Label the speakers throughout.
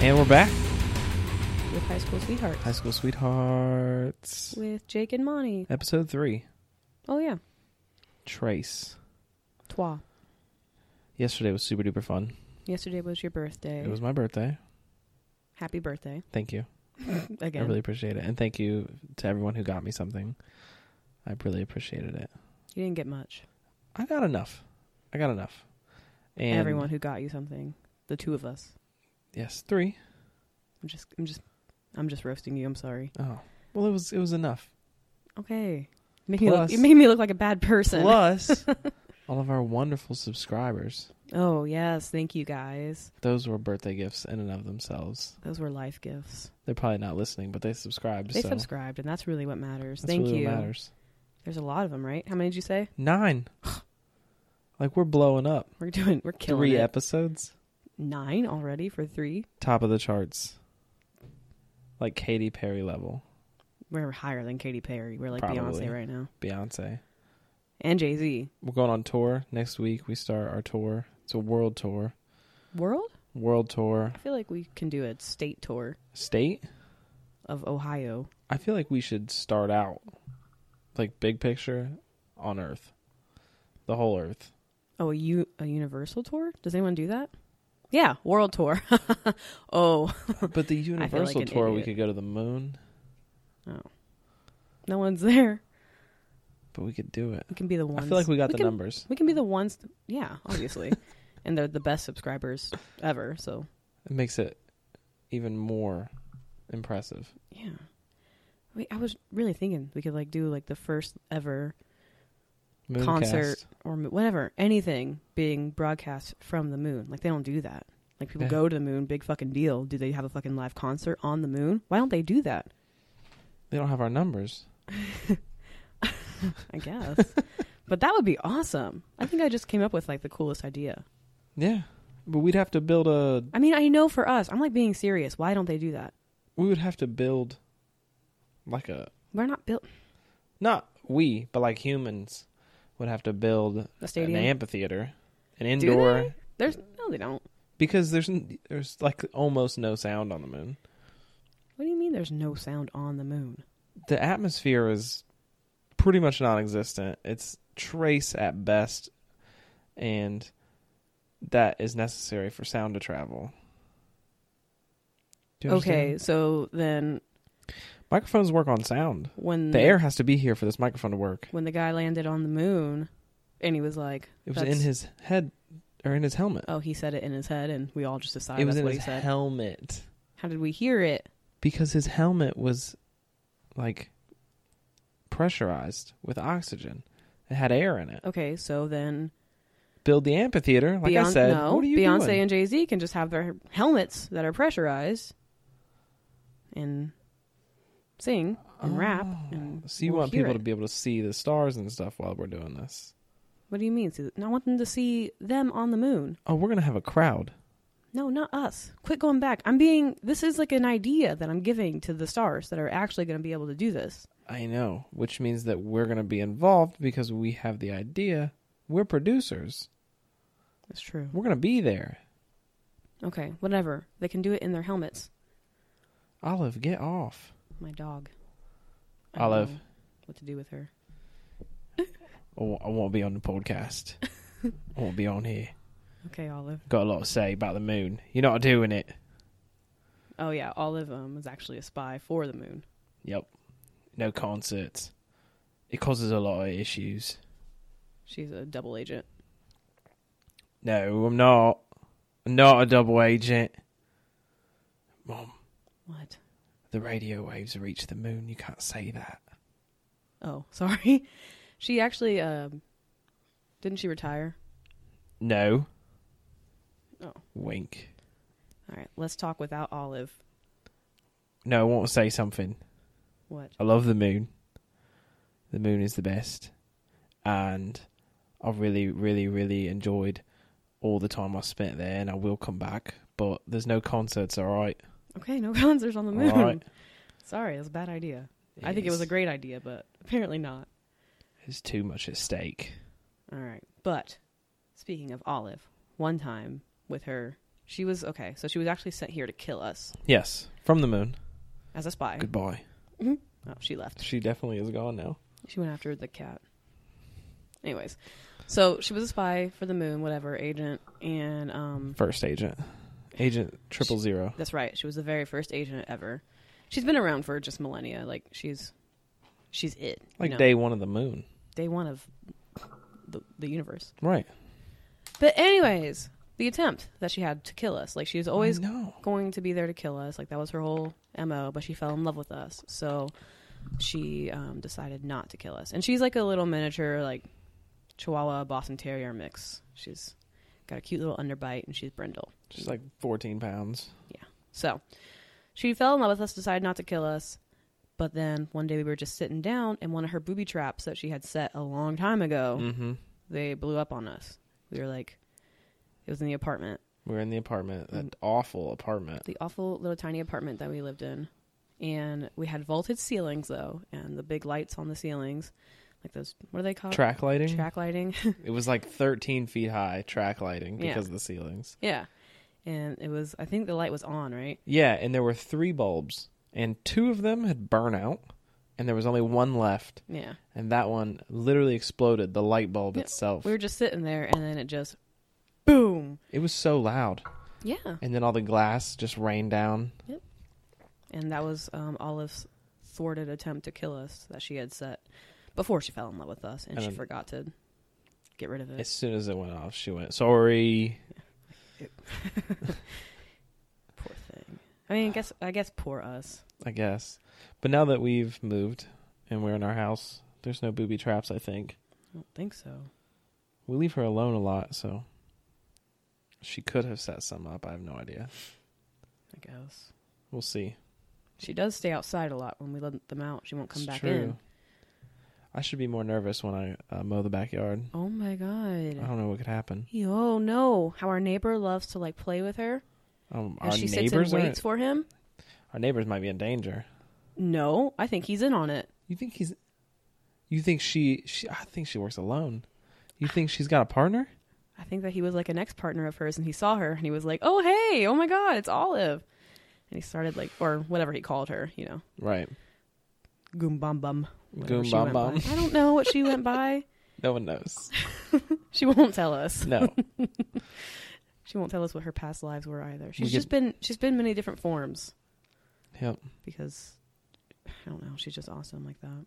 Speaker 1: And we're back.
Speaker 2: with High School Sweetheart
Speaker 1: High School Sweethearts.
Speaker 2: with Jake and Monty.
Speaker 1: Episode 3
Speaker 2: Oh yeah,
Speaker 1: Trace.
Speaker 2: Twa.
Speaker 1: Yesterday was super duper fun.
Speaker 2: Yesterday was your birthday.
Speaker 1: It was my birthday.
Speaker 2: Happy birthday
Speaker 1: Thank you.
Speaker 2: again.
Speaker 1: I really appreciate it. And thank you to everyone who got me something. I really appreciated it.
Speaker 2: you didn't get much.
Speaker 1: I got enough. I got enough. And
Speaker 2: Everyone who got you something, the two of us.
Speaker 1: Yes, three.
Speaker 2: I'm just, I'm just, I'm just roasting you. I'm sorry.
Speaker 1: Oh. Well, it was it was enough.
Speaker 2: Okay, make me look,
Speaker 1: Plus-
Speaker 2: you made me look like a bad person.
Speaker 1: Plus all of our wonderful subscribers.
Speaker 2: Oh yes, thank you guys.
Speaker 1: Those were birthday gifts in and of themselves.
Speaker 2: Those were life gifts.
Speaker 1: They're probably not listening, but they subscribed.
Speaker 2: They
Speaker 1: so
Speaker 2: subscribed, and that's really what matters.
Speaker 1: That's
Speaker 2: thank
Speaker 1: really
Speaker 2: you.
Speaker 1: What matters.
Speaker 2: There's a lot of them, right? How many did you say?
Speaker 1: Nine. like we're blowing up.
Speaker 2: We're doing, we're killing
Speaker 1: Three
Speaker 2: it.
Speaker 1: episodes,
Speaker 2: Nine already for three.
Speaker 1: top of the charts. Like Katy Perry level,
Speaker 2: We're higher than Katy Perry. We're like
Speaker 1: Probably.
Speaker 2: Beyonce right now,
Speaker 1: Beyonce.
Speaker 2: and Jay Z.
Speaker 1: We're going on tour next week. We start our tour. It's a world tour,
Speaker 2: World?
Speaker 1: world tour,
Speaker 2: I feel like we can do a state tour
Speaker 1: state.
Speaker 2: of Ohio.
Speaker 1: I feel like we should start out, like big picture, on Earth, the whole Earth.
Speaker 2: Oh, a, u- a universal tour? Does anyone do that? Yeah, world tour. oh,
Speaker 1: But the Universal
Speaker 2: an
Speaker 1: tour, we
Speaker 2: idiot.
Speaker 1: could go to the moon,
Speaker 2: no one's there.
Speaker 1: but we could do it.
Speaker 2: We can be the ones.
Speaker 1: I feel like we got the
Speaker 2: can,
Speaker 1: numbers.
Speaker 2: We can be the ones. Yeah, obviously. and they're the best subscribers ever. So
Speaker 1: It makes it even more impressive.
Speaker 2: yeah. Wait, I was really thinking we could like do like the first ever
Speaker 1: Mooncast.
Speaker 2: Concert. or mo- whatever, anything being broadcast from the moon. Like they don't do that. Like people
Speaker 1: Yeah.
Speaker 2: go to the moon, big fucking deal. Do they have a fucking live concert on the moon? Why don't they do that?
Speaker 1: They don't have our numbers.
Speaker 2: I guess. but that would be awesome. I think I just came up with like the coolest idea.
Speaker 1: Yeah, but we'd have to build a.
Speaker 2: I mean, I know for us, I'm like being serious. Why don't they do that?
Speaker 1: We would have to build, like a
Speaker 2: We're not built
Speaker 1: not we, but like humans would have to build
Speaker 2: a
Speaker 1: an
Speaker 2: stadium.
Speaker 1: amphitheater, an indoor.
Speaker 2: There's no, they don't.
Speaker 1: Because there's n- there's like almost no sound on the moon.
Speaker 2: What do you mean? There's no sound on the moon?
Speaker 1: The atmosphere is pretty much non-existent. It's trace at best, and that is necessary for sound to travel. Do you understand?
Speaker 2: Okay, so then
Speaker 1: Microphones work on sound.
Speaker 2: when
Speaker 1: The air has to be here for this microphone to work.
Speaker 2: when the guy landed on the moon, and he was like,
Speaker 1: It was in
Speaker 2: That's-
Speaker 1: his head or in his helmet.
Speaker 2: Oh, he said it in his head, and we all just decided
Speaker 1: it was
Speaker 2: Ah, that's
Speaker 1: in
Speaker 2: what
Speaker 1: his
Speaker 2: he said.
Speaker 1: helmet
Speaker 2: How did we hear it?
Speaker 1: because his helmet was like pressurized with oxygen. It had air in it.
Speaker 2: Okay, so then
Speaker 1: Build the amphitheater, like I
Speaker 2: Beyonce,
Speaker 1: said.
Speaker 2: no,
Speaker 1: what are you
Speaker 2: Beyonce
Speaker 1: doing?
Speaker 2: and Jay Z can just have their helmets that are pressurized and sing and rap. And
Speaker 1: Ah, So you
Speaker 2: we'll
Speaker 1: want
Speaker 2: hear
Speaker 1: people to
Speaker 2: it.
Speaker 1: be able to see the stars and stuff while we're doing this?
Speaker 2: What do you mean? See, I want them to see them on the moon.
Speaker 1: Oh, we're gonna have a crowd.
Speaker 2: No, not us. Quit going back. I'm being. This is like an idea that I'm giving to the stars that are actually going to be able to do this.
Speaker 1: I know, which means that we're gonna be involved because we have the idea. We're producers.
Speaker 2: That's true.
Speaker 1: We're gonna be there.
Speaker 2: Okay, whatever. They can do it in their helmets.
Speaker 1: Olive, get off.
Speaker 2: My dog. I don't
Speaker 1: Olive.
Speaker 2: know What to do with her?
Speaker 1: Oh, I won't be on the podcast. I won't be on here.
Speaker 2: Okay, Olive.
Speaker 1: Got a lot to say about the moon. You're not doing it.
Speaker 2: Oh yeah, Olive um was actually a spy for the moon.
Speaker 1: Yep. No concerts. It causes a lot of issues.
Speaker 2: She's a double agent.
Speaker 1: No, I'm not. I'm not a double agent. Mom,
Speaker 2: What?
Speaker 1: the radio waves reach the moon. You can't say that.
Speaker 2: Oh, sorry. She actually um didn't she retire?
Speaker 1: No.
Speaker 2: Oh.
Speaker 1: Wink.
Speaker 2: All right, let's talk without Olive.
Speaker 1: No, I want to say something.
Speaker 2: What?
Speaker 1: I love the moon. The moon is the best. And I really, really, really enjoyed all the time I spent there and I will come back. But there's no concerts, all right?
Speaker 2: Okay, no concerts on the moon.
Speaker 1: All right.
Speaker 2: Sorry, that's a bad idea. I think it was a
Speaker 1: It's-
Speaker 2: great idea, but apparently not.
Speaker 1: There's too much at stake.
Speaker 2: All right. But speaking of Olive, one time with her She was okay. So she was actually sent here to kill us
Speaker 1: Yes, from the moon.
Speaker 2: as a spy.
Speaker 1: Goodbye.
Speaker 2: Oh, she left.
Speaker 1: She definitely is gone now.
Speaker 2: She went after the cat. Anyways, so she was a spy for the moon, whatever agent, and um,
Speaker 1: First agent, agent triple zero.
Speaker 2: that's right. She was the very first agent ever. She's been around for just millennia. Like she's, she's it. you
Speaker 1: Like
Speaker 2: know?
Speaker 1: day one of the moon.
Speaker 2: day one of the the universe.
Speaker 1: Right.
Speaker 2: But anyways, the attempt that she had to kill us, like she was always
Speaker 1: no.
Speaker 2: going to be there to kill us. Like that was her whole mo. But she fell in love with us, so she um, decided not to kill us. And she's like a little miniature like Chihuahua Boston Terrier mix. She's got a cute little underbite, and she's brindle.
Speaker 1: She's like fourteen pounds.
Speaker 2: So she fell in love with us, decided not to kill us. But then one day we were just sitting down, and one of her booby traps that she had set a long time ago
Speaker 1: Mm-hmm.
Speaker 2: they blew up on us. We were like, it was in the apartment,
Speaker 1: We were in the apartment, that
Speaker 2: Mm.
Speaker 1: awful apartment.
Speaker 2: the awful little tiny apartment that we lived in. And we had vaulted ceilings though, and the big lights on the ceilings, like those, what are they called?
Speaker 1: Track lighting.
Speaker 2: Uh, Track lighting.
Speaker 1: It was like thirteen feet high. Track lighting
Speaker 2: Yeah.
Speaker 1: because of the ceilings.
Speaker 2: yeah. And it was, I think the light was on, right?
Speaker 1: Yeah, and there were three bulbs, and two of them had burnt out, and there was only one left,
Speaker 2: Yeah.
Speaker 1: and that one literally exploded. The light bulb
Speaker 2: Yeah,
Speaker 1: itself.
Speaker 2: We were just sitting there, and then it just, boom.
Speaker 1: It was so loud,
Speaker 2: Yeah.
Speaker 1: and then all the glass just rained down.
Speaker 2: And that was um, Olive's thwarted attempt to kill us that she had set before she fell in love with us, and,
Speaker 1: And
Speaker 2: she
Speaker 1: then-
Speaker 2: forgot to get rid of it.
Speaker 1: As soon as it went off, she went, "Sorry."
Speaker 2: Poor thing. I mean, I guess I guess poor us.
Speaker 1: I guess. But now that we've moved and we're in our house, there's no booby traps. I think
Speaker 2: I don't think so.
Speaker 1: we leave her alone a lot, so she could have set some up. I have no idea.
Speaker 2: I guess
Speaker 1: We'll see.
Speaker 2: she does stay outside a lot when we let them out. She won't come
Speaker 1: It's
Speaker 2: back
Speaker 1: true.
Speaker 2: in.
Speaker 1: I should be more nervous when I uh, mow the backyard.
Speaker 2: Oh my
Speaker 1: I
Speaker 2: god.
Speaker 1: don't know what could happen.
Speaker 2: Yo, no! How our neighbor loves to like play with her,
Speaker 1: Um,
Speaker 2: and
Speaker 1: our
Speaker 2: she sits and
Speaker 1: neighbors, are,
Speaker 2: waits for him.
Speaker 1: our neighbors might be in danger.
Speaker 2: No, I think he's in on it.
Speaker 1: You think he's? You think she? She? I think she works alone. You think she's got a partner?
Speaker 2: I think that he was like an ex partner of hers, and he saw her, and he was like, "Oh hey, oh my god, it's Olive," and he started like or whatever he called her, you know,
Speaker 1: Right.
Speaker 2: goom bum bum. whatever
Speaker 1: Goom
Speaker 2: she
Speaker 1: bum
Speaker 2: went by.
Speaker 1: bum.
Speaker 2: I don't know what she went by.
Speaker 1: No one knows.
Speaker 2: She won't tell us.
Speaker 1: No.
Speaker 2: She won't tell us what her past lives were either. She's
Speaker 1: could-
Speaker 2: just been she's been many different forms
Speaker 1: yep.
Speaker 2: because I don't know, she's just awesome like that.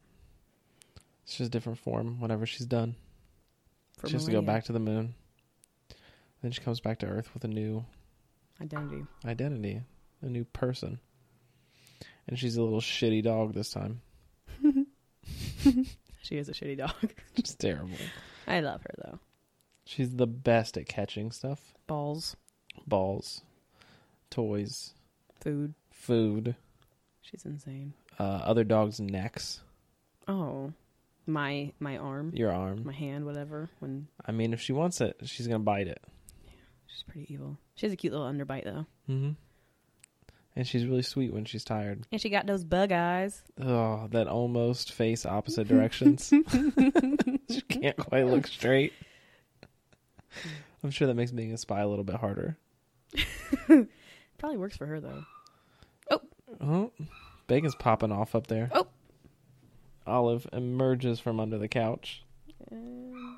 Speaker 1: It's just a different form. Whenever she's done,
Speaker 2: For
Speaker 1: she has to go
Speaker 2: millennia.
Speaker 1: back to the moon. Then she comes back to Earth with a new
Speaker 2: identity.
Speaker 1: identity, a new person. And she's a little shitty dog this time.
Speaker 2: She is a shitty dog.
Speaker 1: Just terrible.
Speaker 2: I love her though.
Speaker 1: She's the best at catching stuff.
Speaker 2: Balls,
Speaker 1: balls, toys,
Speaker 2: food.
Speaker 1: food,
Speaker 2: She's insane.
Speaker 1: uh, other dogs' necks,
Speaker 2: Oh, my my arm,
Speaker 1: your arm.
Speaker 2: my hand, whatever. When
Speaker 1: I mean, if she wants it, she's gonna bite it.
Speaker 2: she's pretty evil. She has a cute little underbite though,
Speaker 1: Mm-hmm. And she's really sweet when she's tired.
Speaker 2: and she got those bug eyes.
Speaker 1: Oh, that almost face opposite directions. she can't quite look straight. I'm sure that makes being a spy a little bit harder.
Speaker 2: Probably works for her though.
Speaker 1: Oh, bacon's popping off up there.
Speaker 2: Oh.
Speaker 1: Olive emerges from under the couch.
Speaker 2: Um,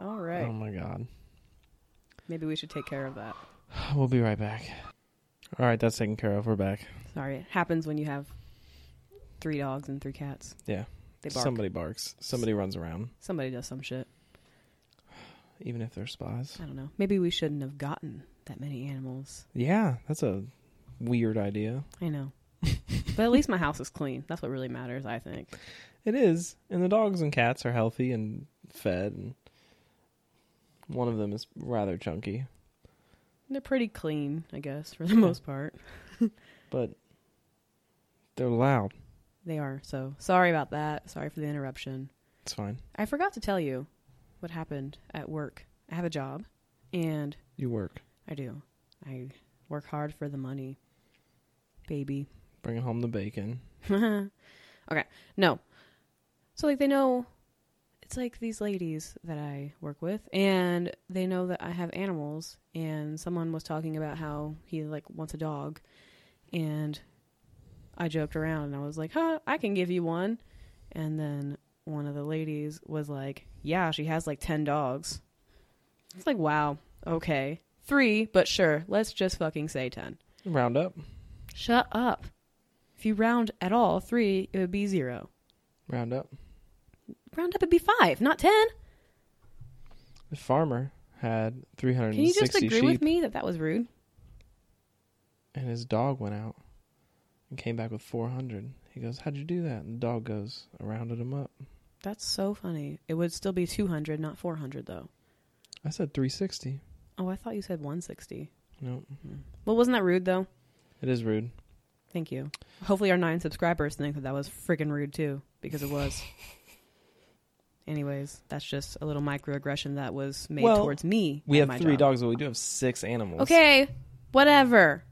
Speaker 2: all right,
Speaker 1: Oh my god.
Speaker 2: maybe we should take care of that.
Speaker 1: We'll be right back. All right, that's taken care of. We're back.
Speaker 2: Sorry, it happens when you have three dogs and three cats.
Speaker 1: Yeah.
Speaker 2: They bark.
Speaker 1: Somebody barks. Somebody runs around,
Speaker 2: Somebody does some shit.
Speaker 1: even if they're spies.
Speaker 2: I don't know. Maybe we shouldn't have gotten that many animals.
Speaker 1: Yeah, that's a weird idea.
Speaker 2: I know. but at least my house is clean. That's what really matters, I think.
Speaker 1: It is, and the dogs and cats are healthy and fed, and one of them is rather chunky,
Speaker 2: They're pretty clean, I guess, for the most part.
Speaker 1: but they're loud.
Speaker 2: They are. So sorry about that. Sorry for the interruption.
Speaker 1: It's fine.
Speaker 2: I forgot to tell you what happened at work. I have a job, and
Speaker 1: You work,
Speaker 2: I do. I work hard for the money, baby.
Speaker 1: bringing home the bacon.
Speaker 2: okay. No. So like they know it's it's like these ladies that I work with, and they know that I have animals. And someone was talking about how he like wants a dog, and I joked around and I was like, "Huh, I can give you one." And then one of the ladies was like, "Yeah, she has like ten dogs." It's like, wow, okay, three, but sure, let's just fucking say ten.
Speaker 1: Round up.
Speaker 2: Shut up. If you round at all three, it would be zero.
Speaker 1: Round up.
Speaker 2: Round up, it'd be five, not ten.
Speaker 1: The farmer had
Speaker 2: Can you
Speaker 1: 360
Speaker 2: just agree
Speaker 1: sheep,
Speaker 2: with me that that was rude?
Speaker 1: and his dog went out and came back with 400. He goes, "How'd you do that?" And the dog goes, "I rounded him up."
Speaker 2: That's so funny. It would still be 200, not 400, though.
Speaker 1: I said 360.
Speaker 2: Oh, I thought you said 160.
Speaker 1: No,
Speaker 2: Well, wasn't that rude, though?
Speaker 1: it is rude.
Speaker 2: Thank you. Hopefully, our nine subscribers think that that was freaking rude, too, because it was. Anyways, that's just a little microaggression that was made
Speaker 1: Well,
Speaker 2: towards me.
Speaker 1: We
Speaker 2: at
Speaker 1: have
Speaker 2: my
Speaker 1: three
Speaker 2: job.
Speaker 1: dogs, but we do have six animals.
Speaker 2: Okay, whatever.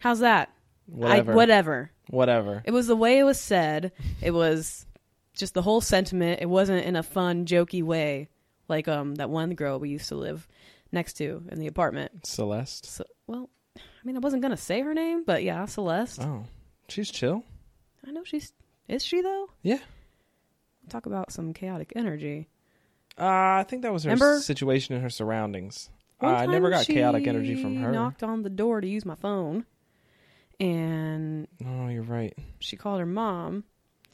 Speaker 2: How's that?
Speaker 1: whatever,
Speaker 2: I, whatever.
Speaker 1: whatever.
Speaker 2: It was the way it was said. It was just the whole sentiment. It wasn't in a fun, jokey way, like um that one girl we used to live next to in the apartment.
Speaker 1: Celeste.
Speaker 2: So, well, I mean, I wasn't gonna say her name, but yeah, Celeste.
Speaker 1: Oh, she's chill.
Speaker 2: I know she's. Is she though?
Speaker 1: Yeah.
Speaker 2: Talk about some chaotic energy.
Speaker 1: Uh, I think that was her
Speaker 2: Remember-
Speaker 1: situation and her surroundings.
Speaker 2: One
Speaker 1: Uh, I never
Speaker 2: time
Speaker 1: got chaotic energy from
Speaker 2: she
Speaker 1: her.
Speaker 2: Knocked on the door to use my phone, and
Speaker 1: Oh, you're right.
Speaker 2: she called her mom.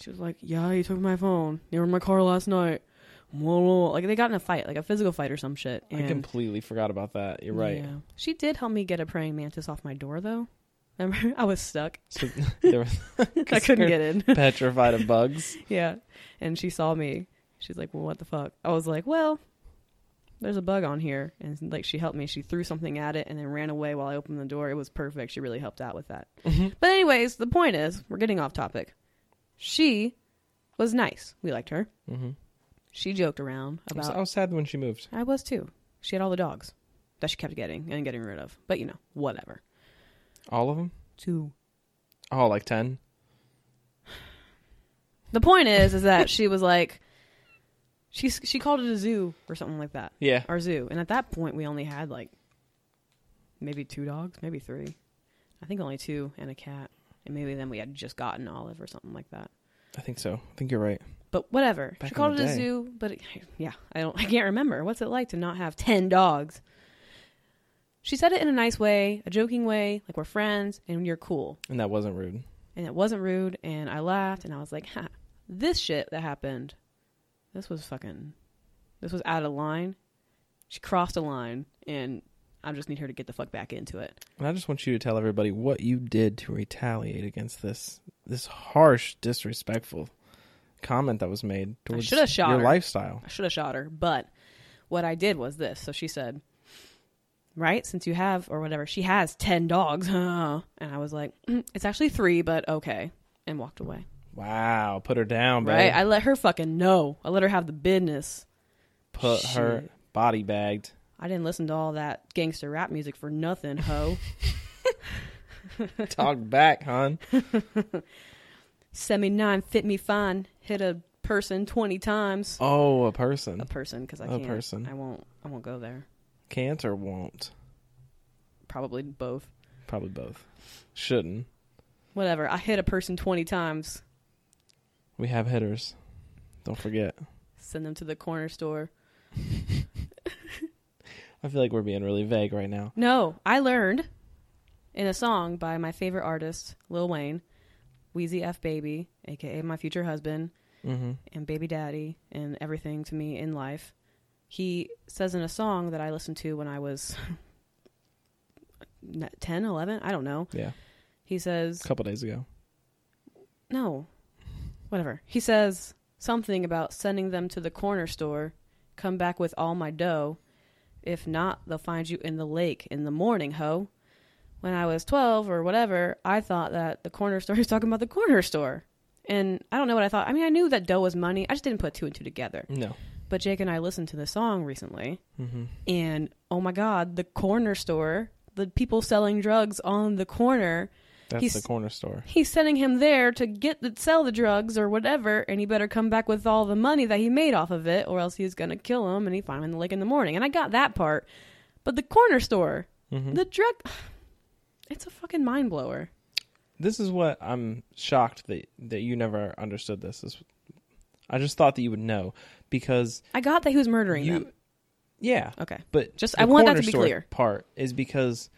Speaker 2: She was like, "Yeah, you took my phone. You were in my car last night." Whoa, whoa. Like they got in a fight, like a physical fight or some shit. And,
Speaker 1: I completely forgot about that. You're right.
Speaker 2: yeah. She did help me get a praying mantis off my door, though. Remember, I was stuck.
Speaker 1: So there was
Speaker 2: I couldn't get in.
Speaker 1: petrified of bugs.
Speaker 2: yeah, and she saw me. She's like, "Well, what the fuck?" I was like, "Well, there's a bug on here," and like she helped me. She threw something at it and then ran away while I opened the door. It was perfect. She really helped out with that.
Speaker 1: Mm-hmm.
Speaker 2: But anyways, the point is, we're getting off topic. She was nice. We liked her.
Speaker 1: Mm-hmm.
Speaker 2: She joked around
Speaker 1: I, was,
Speaker 2: about.
Speaker 1: I was sad when she moved.
Speaker 2: I was too. She had all the dogs that she kept getting and getting rid of. But you know, whatever.
Speaker 1: All of them?
Speaker 2: Two.
Speaker 1: Oh, like 10?
Speaker 2: The point is, is that she was like, she she called it a zoo or something like that,
Speaker 1: Yeah.
Speaker 2: our zoo. And at that point, we only had like maybe two dogs, maybe three. I think only two and a cat, and maybe then we had just gotten Olive or something like that.
Speaker 1: I think so. I think you're right.
Speaker 2: But whatever.
Speaker 1: Back
Speaker 2: she
Speaker 1: in
Speaker 2: called it
Speaker 1: the
Speaker 2: a
Speaker 1: day.
Speaker 2: zoo, but it, yeah, I don't I can't remember. What's it like to not have 10 dogs? She said it in a nice way, a joking way, like we're friends and you're cool.
Speaker 1: And that wasn't rude.
Speaker 2: And it wasn't rude and I laughed and I was like, "Ha, this shit that happened. This was fucking this was out of line. She crossed a line and I just need her to get the fuck back into it.
Speaker 1: And I just want you to tell everybody what you did to retaliate against this this harsh, disrespectful comment that was made towards
Speaker 2: shoulda shot
Speaker 1: your
Speaker 2: her.
Speaker 1: lifestyle.
Speaker 2: I should have shot her, but what I did was this. So she said, Right, since you have, or whatever, she has 10 dogs. huh?" and I was like, "Mm, It's actually three, but okay. And walked away.
Speaker 1: Wow, put her down, babe.
Speaker 2: Right? I let her fucking know. I let her have the business.
Speaker 1: put her
Speaker 2: Shit.
Speaker 1: body bagged.
Speaker 2: I didn't listen to all that gangster rap music for nothing, ho.
Speaker 1: Talk back, hon.
Speaker 2: Semi nine fit me fine. Hit a person 20 times.
Speaker 1: Oh, a person.
Speaker 2: A person, because I
Speaker 1: A
Speaker 2: can't.
Speaker 1: person.
Speaker 2: I won't. I won't go there.
Speaker 1: Can't or won't?
Speaker 2: Probably both.
Speaker 1: Probably both. Shouldn't.
Speaker 2: Whatever. I hit a person 20 times.
Speaker 1: We have hitters. Don't forget.
Speaker 2: Send them to the corner store.
Speaker 1: I feel like we're being really vague right now.
Speaker 2: No, I learned in a song by my favorite artist, Lil Wayne, Wheezy F Baby, aka my future husband,
Speaker 1: Mm-hmm.
Speaker 2: and baby daddy, and everything to me in life. He says in a song that I listened to when I was 10, 11, I don't know.
Speaker 1: Yeah.
Speaker 2: He says,
Speaker 1: A couple days ago.
Speaker 2: no, whatever. He says something about sending them to the corner store, come back with all my dough. If not, they'll find you in the lake in the morning, ho. When I was 12 or whatever, I thought that the corner store was talking about the corner store. And I don't know what I thought. I mean, I knew that dough was money. I just didn't put two and two together.
Speaker 1: No.
Speaker 2: But Jake and I listened to this song recently,
Speaker 1: Mm-hmm.
Speaker 2: and oh my God, the corner store, the people selling drugs on the corner
Speaker 1: That's
Speaker 2: He's-
Speaker 1: the corner store.
Speaker 2: He's sending him there to get the, sell the drugs or whatever, and he better come back with all the money that he made off of it, or else he's gonna kill him and he find him in the lake in the morning. And I got that part, but the corner store,
Speaker 1: hmm
Speaker 2: the drug, it's a fucking mind blower.
Speaker 1: This is what I'm shocked that that you never understood this. This- I just thought that you would know because
Speaker 2: I got that he was murdering
Speaker 1: you.
Speaker 2: them.
Speaker 1: Yeah,
Speaker 2: Okay,
Speaker 1: but
Speaker 2: Just-
Speaker 1: the
Speaker 2: I want that
Speaker 1: corner
Speaker 2: to be
Speaker 1: store
Speaker 2: clear.
Speaker 1: Part is because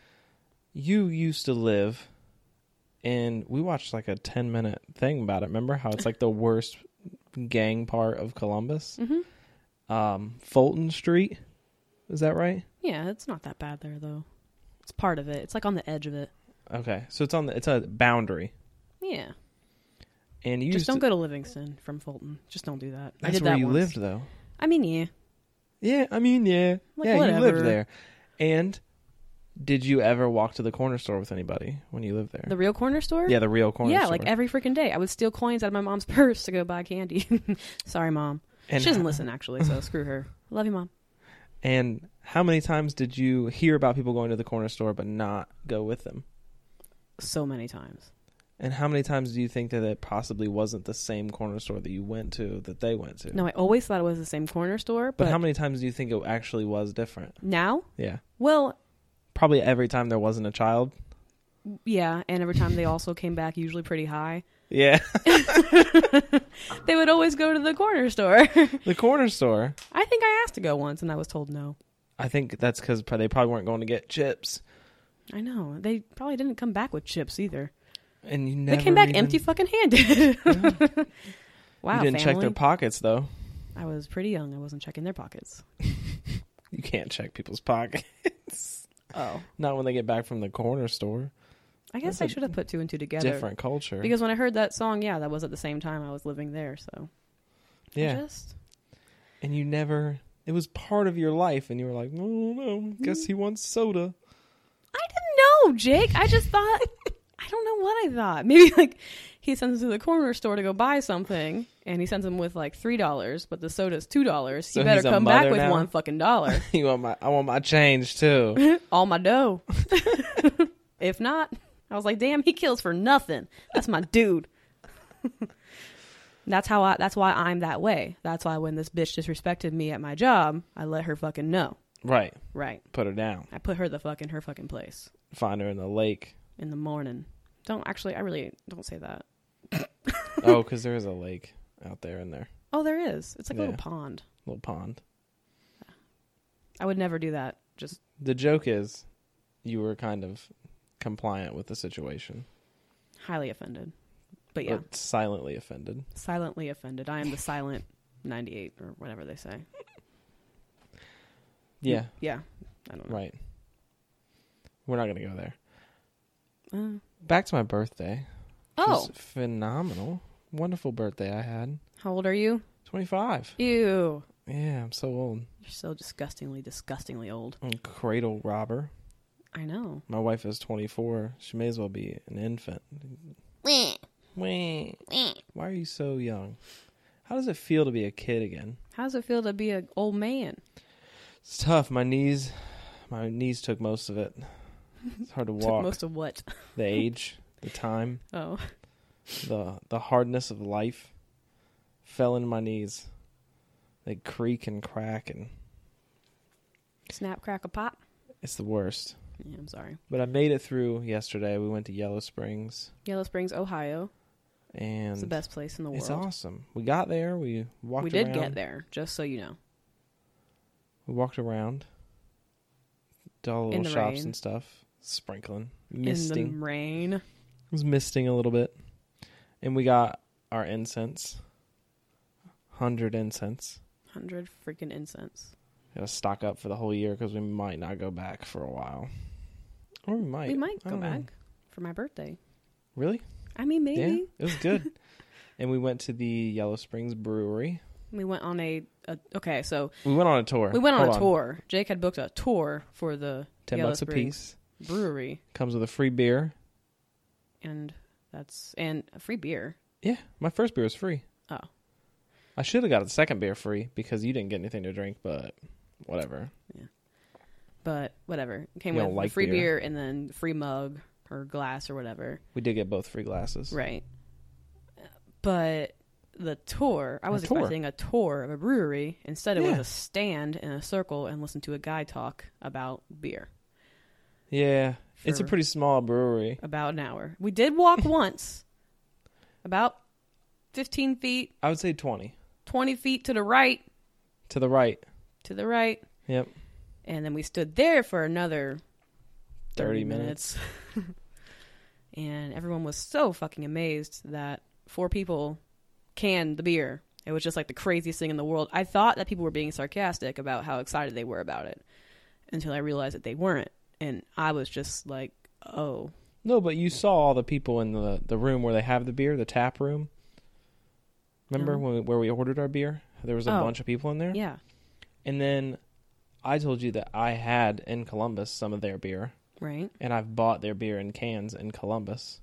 Speaker 1: you used to live, and we watched like a ten minute thing about it. Remember how it's like the worst gang part of Columbus,
Speaker 2: hmm
Speaker 1: um, Fulton Street. Is that right?
Speaker 2: yeah, it's not that bad there though. It's part of it. It's like on the edge of it.
Speaker 1: Okay, so it's on the it's a boundary,
Speaker 2: Yeah,
Speaker 1: and you
Speaker 2: just
Speaker 1: used
Speaker 2: don't
Speaker 1: to,
Speaker 2: go to Livingston from Fulton. Just don't do that. I
Speaker 1: That's
Speaker 2: did
Speaker 1: where
Speaker 2: that
Speaker 1: you
Speaker 2: once.
Speaker 1: lived, though.
Speaker 2: I mean, yeah.
Speaker 1: Yeah, I mean, yeah,
Speaker 2: Like,
Speaker 1: yeah, you lived
Speaker 2: whatever.
Speaker 1: there. And did you ever walk to the corner store with anybody when you lived there?
Speaker 2: The real corner store?
Speaker 1: yeah, the real corner
Speaker 2: yeah,
Speaker 1: store.
Speaker 2: like every freaking day. I would steal coins out of my mom's purse to go buy candy. Sorry, mom.
Speaker 1: and,
Speaker 2: she doesn't listen, actually, so screw her. Love you, mom.
Speaker 1: And how many times did you hear about people going to the corner store but not go with them?
Speaker 2: So many times.
Speaker 1: And how many times do you think that it possibly wasn't the same corner store that you went to that they went to?
Speaker 2: No, I always thought it was the same corner store,
Speaker 1: But
Speaker 2: but,
Speaker 1: how many times do you think it actually was different?
Speaker 2: now?
Speaker 1: Yeah.
Speaker 2: Well,
Speaker 1: Probably every time there wasn't a child.
Speaker 2: yeah, and every time they also came back, usually pretty high,
Speaker 1: Yeah.
Speaker 2: they would always go to the corner store.
Speaker 1: the corner store.
Speaker 2: I think I asked to go once and I was told no.
Speaker 1: I think that's because they probably weren't going to get chips.
Speaker 2: I know. They probably didn't come back with chips either.
Speaker 1: And you never.
Speaker 2: they came back
Speaker 1: even-
Speaker 2: empty fucking handed. wow.
Speaker 1: you didn't check
Speaker 2: family.
Speaker 1: their pockets though.
Speaker 2: I was pretty young. I wasn't checking their pockets.
Speaker 1: You can't check people's pockets.
Speaker 2: Oh.
Speaker 1: Not when they get back from the corner store.
Speaker 2: I guess
Speaker 1: That's
Speaker 2: I
Speaker 1: a
Speaker 2: should have put two and two together.
Speaker 1: Different culture.
Speaker 2: Because when I heard that song, yeah, that was at the same time I was living there, so I
Speaker 1: yeah.
Speaker 2: just-
Speaker 1: And you never. It was part of your life, and you were like, "No, no, no,
Speaker 2: Mm-hmm.
Speaker 1: guess he wants soda."
Speaker 2: I didn't know, Jake. I just thought I don't know what I thought. Maybe like he sends him to the corner store to go buy something, and he sends him with like three dollars, but the soda's two dollars.
Speaker 1: So
Speaker 2: he better
Speaker 1: he's a
Speaker 2: come back
Speaker 1: mother
Speaker 2: with
Speaker 1: now?
Speaker 2: one fucking dollar.
Speaker 1: you want my? I want my change too.
Speaker 2: All my dough. if not, I was like, damn, he kills for nothing. That's my dude. that's how I that's why I'm that way. That's why when this bitch disrespected me at my job, I let her fucking know.
Speaker 1: right.
Speaker 2: Right.
Speaker 1: Put her down.
Speaker 2: I put her the fuck in her fucking place
Speaker 1: Find her in the lake.
Speaker 2: in the morning. Don't actually, I really don't say that.
Speaker 1: oh, because there is a lake out there in there,
Speaker 2: Oh, there is. It's like a
Speaker 1: Yeah.
Speaker 2: little pond.
Speaker 1: little pond.
Speaker 2: I would never do that. Just
Speaker 1: The joke is, you were kind of compliant with the situation,
Speaker 2: highly offended. But yeah,
Speaker 1: or silently offended.
Speaker 2: silently offended. I am the silent 98 or whatever they say. Mm-hmm.
Speaker 1: Yeah.
Speaker 2: Yeah. I don't know.
Speaker 1: Right. We're not gonna go there.
Speaker 2: Uh,
Speaker 1: Back to my birthday. It
Speaker 2: oh,
Speaker 1: was phenomenal. Wonderful birthday I had.
Speaker 2: how old are you?
Speaker 1: 25.
Speaker 2: Ew.
Speaker 1: Yeah, I'm so old.
Speaker 2: You're so disgustingly, disgustingly old.
Speaker 1: I'm a cradle robber.
Speaker 2: I know.
Speaker 1: My wife is 24. She may as well be an infant. Why are you so young? How does it feel to be a kid again?
Speaker 2: How does it feel to be an old man?
Speaker 1: It's tough. My knees my knees took most of it. It's hard to
Speaker 2: Took
Speaker 1: walk.
Speaker 2: most of what?
Speaker 1: the age, the time,
Speaker 2: Oh,
Speaker 1: the the hardness of life fell into my knees. They creak and crack and
Speaker 2: snap, crack a pop.
Speaker 1: it's the worst.
Speaker 2: Yeah, I'm sorry.
Speaker 1: But I made it through yesterday. We went to Yellow Springs
Speaker 2: Yellow Springs, Ohio.
Speaker 1: and
Speaker 2: It's the best place in the world.
Speaker 1: It's awesome. We got there. We walked
Speaker 2: we did
Speaker 1: around.
Speaker 2: get there, just so you know.
Speaker 1: We walked around. Did all the
Speaker 2: In
Speaker 1: little
Speaker 2: the
Speaker 1: shops
Speaker 2: rain.
Speaker 1: and stuff. Sprinkling.
Speaker 2: In
Speaker 1: Misting.
Speaker 2: the rain.
Speaker 1: It was misting a little bit. And we got our incense. 100 incense.
Speaker 2: 100 freaking incense.
Speaker 1: Got to stock up for the whole year because we might not go back for a while. Or we might.
Speaker 2: we might
Speaker 1: I
Speaker 2: go
Speaker 1: don't know.
Speaker 2: back for my birthday.
Speaker 1: Really?
Speaker 2: I mean, maybe.
Speaker 1: Yeah. It was good. and we went to the Yellow Springs Brewery.
Speaker 2: We went on a, a. Okay, so
Speaker 1: We went on a tour.
Speaker 2: we went on
Speaker 1: Hold
Speaker 2: a tour. Jake had booked a tour for the
Speaker 1: 10
Speaker 2: Yellow
Speaker 1: bucks a
Speaker 2: Springs
Speaker 1: piece.
Speaker 2: brewery,
Speaker 1: Comes with a free beer.
Speaker 2: and that's. and a free beer.
Speaker 1: Yeah, my first beer was free.
Speaker 2: Oh.
Speaker 1: I should have got the second beer free because you didn't get anything to drink, but whatever.
Speaker 2: but whatever. Came
Speaker 1: You don't
Speaker 2: with
Speaker 1: like
Speaker 2: free
Speaker 1: beer.
Speaker 2: beer. and then free mug or glass or whatever.
Speaker 1: We did get both free glasses.
Speaker 2: Right. But the tour, I was
Speaker 1: tour.
Speaker 2: expecting a tour of a brewery. Instead, it was
Speaker 1: Yeah.
Speaker 2: a stand in a circle and listen to a guy talk about beer.
Speaker 1: Yeah. It's a
Speaker 2: for
Speaker 1: pretty small brewery.
Speaker 2: about an hour. We did walk once, about 15 feet,
Speaker 1: I would say 20
Speaker 2: 20 feet to the right,
Speaker 1: to the right.
Speaker 2: to the right.
Speaker 1: Yep.
Speaker 2: And then we stood there for another
Speaker 1: 30
Speaker 2: minutes. and everyone was so fucking amazed that four people canned the beer. It was just like the craziest thing in the world. I thought that people were being sarcastic about how excited they were about it until I realized that they weren't. And I was just like, oh,
Speaker 1: No, but you saw all the people in the, the room where they have the beer, the tap room. Remember
Speaker 2: No.
Speaker 1: when we, where we ordered our beer? There was a
Speaker 2: Oh.
Speaker 1: bunch of people in there.
Speaker 2: yeah.
Speaker 1: And then I told you that I had in Columbus some of their beer,
Speaker 2: Right?
Speaker 1: and I've bought their beer in cans in Columbus.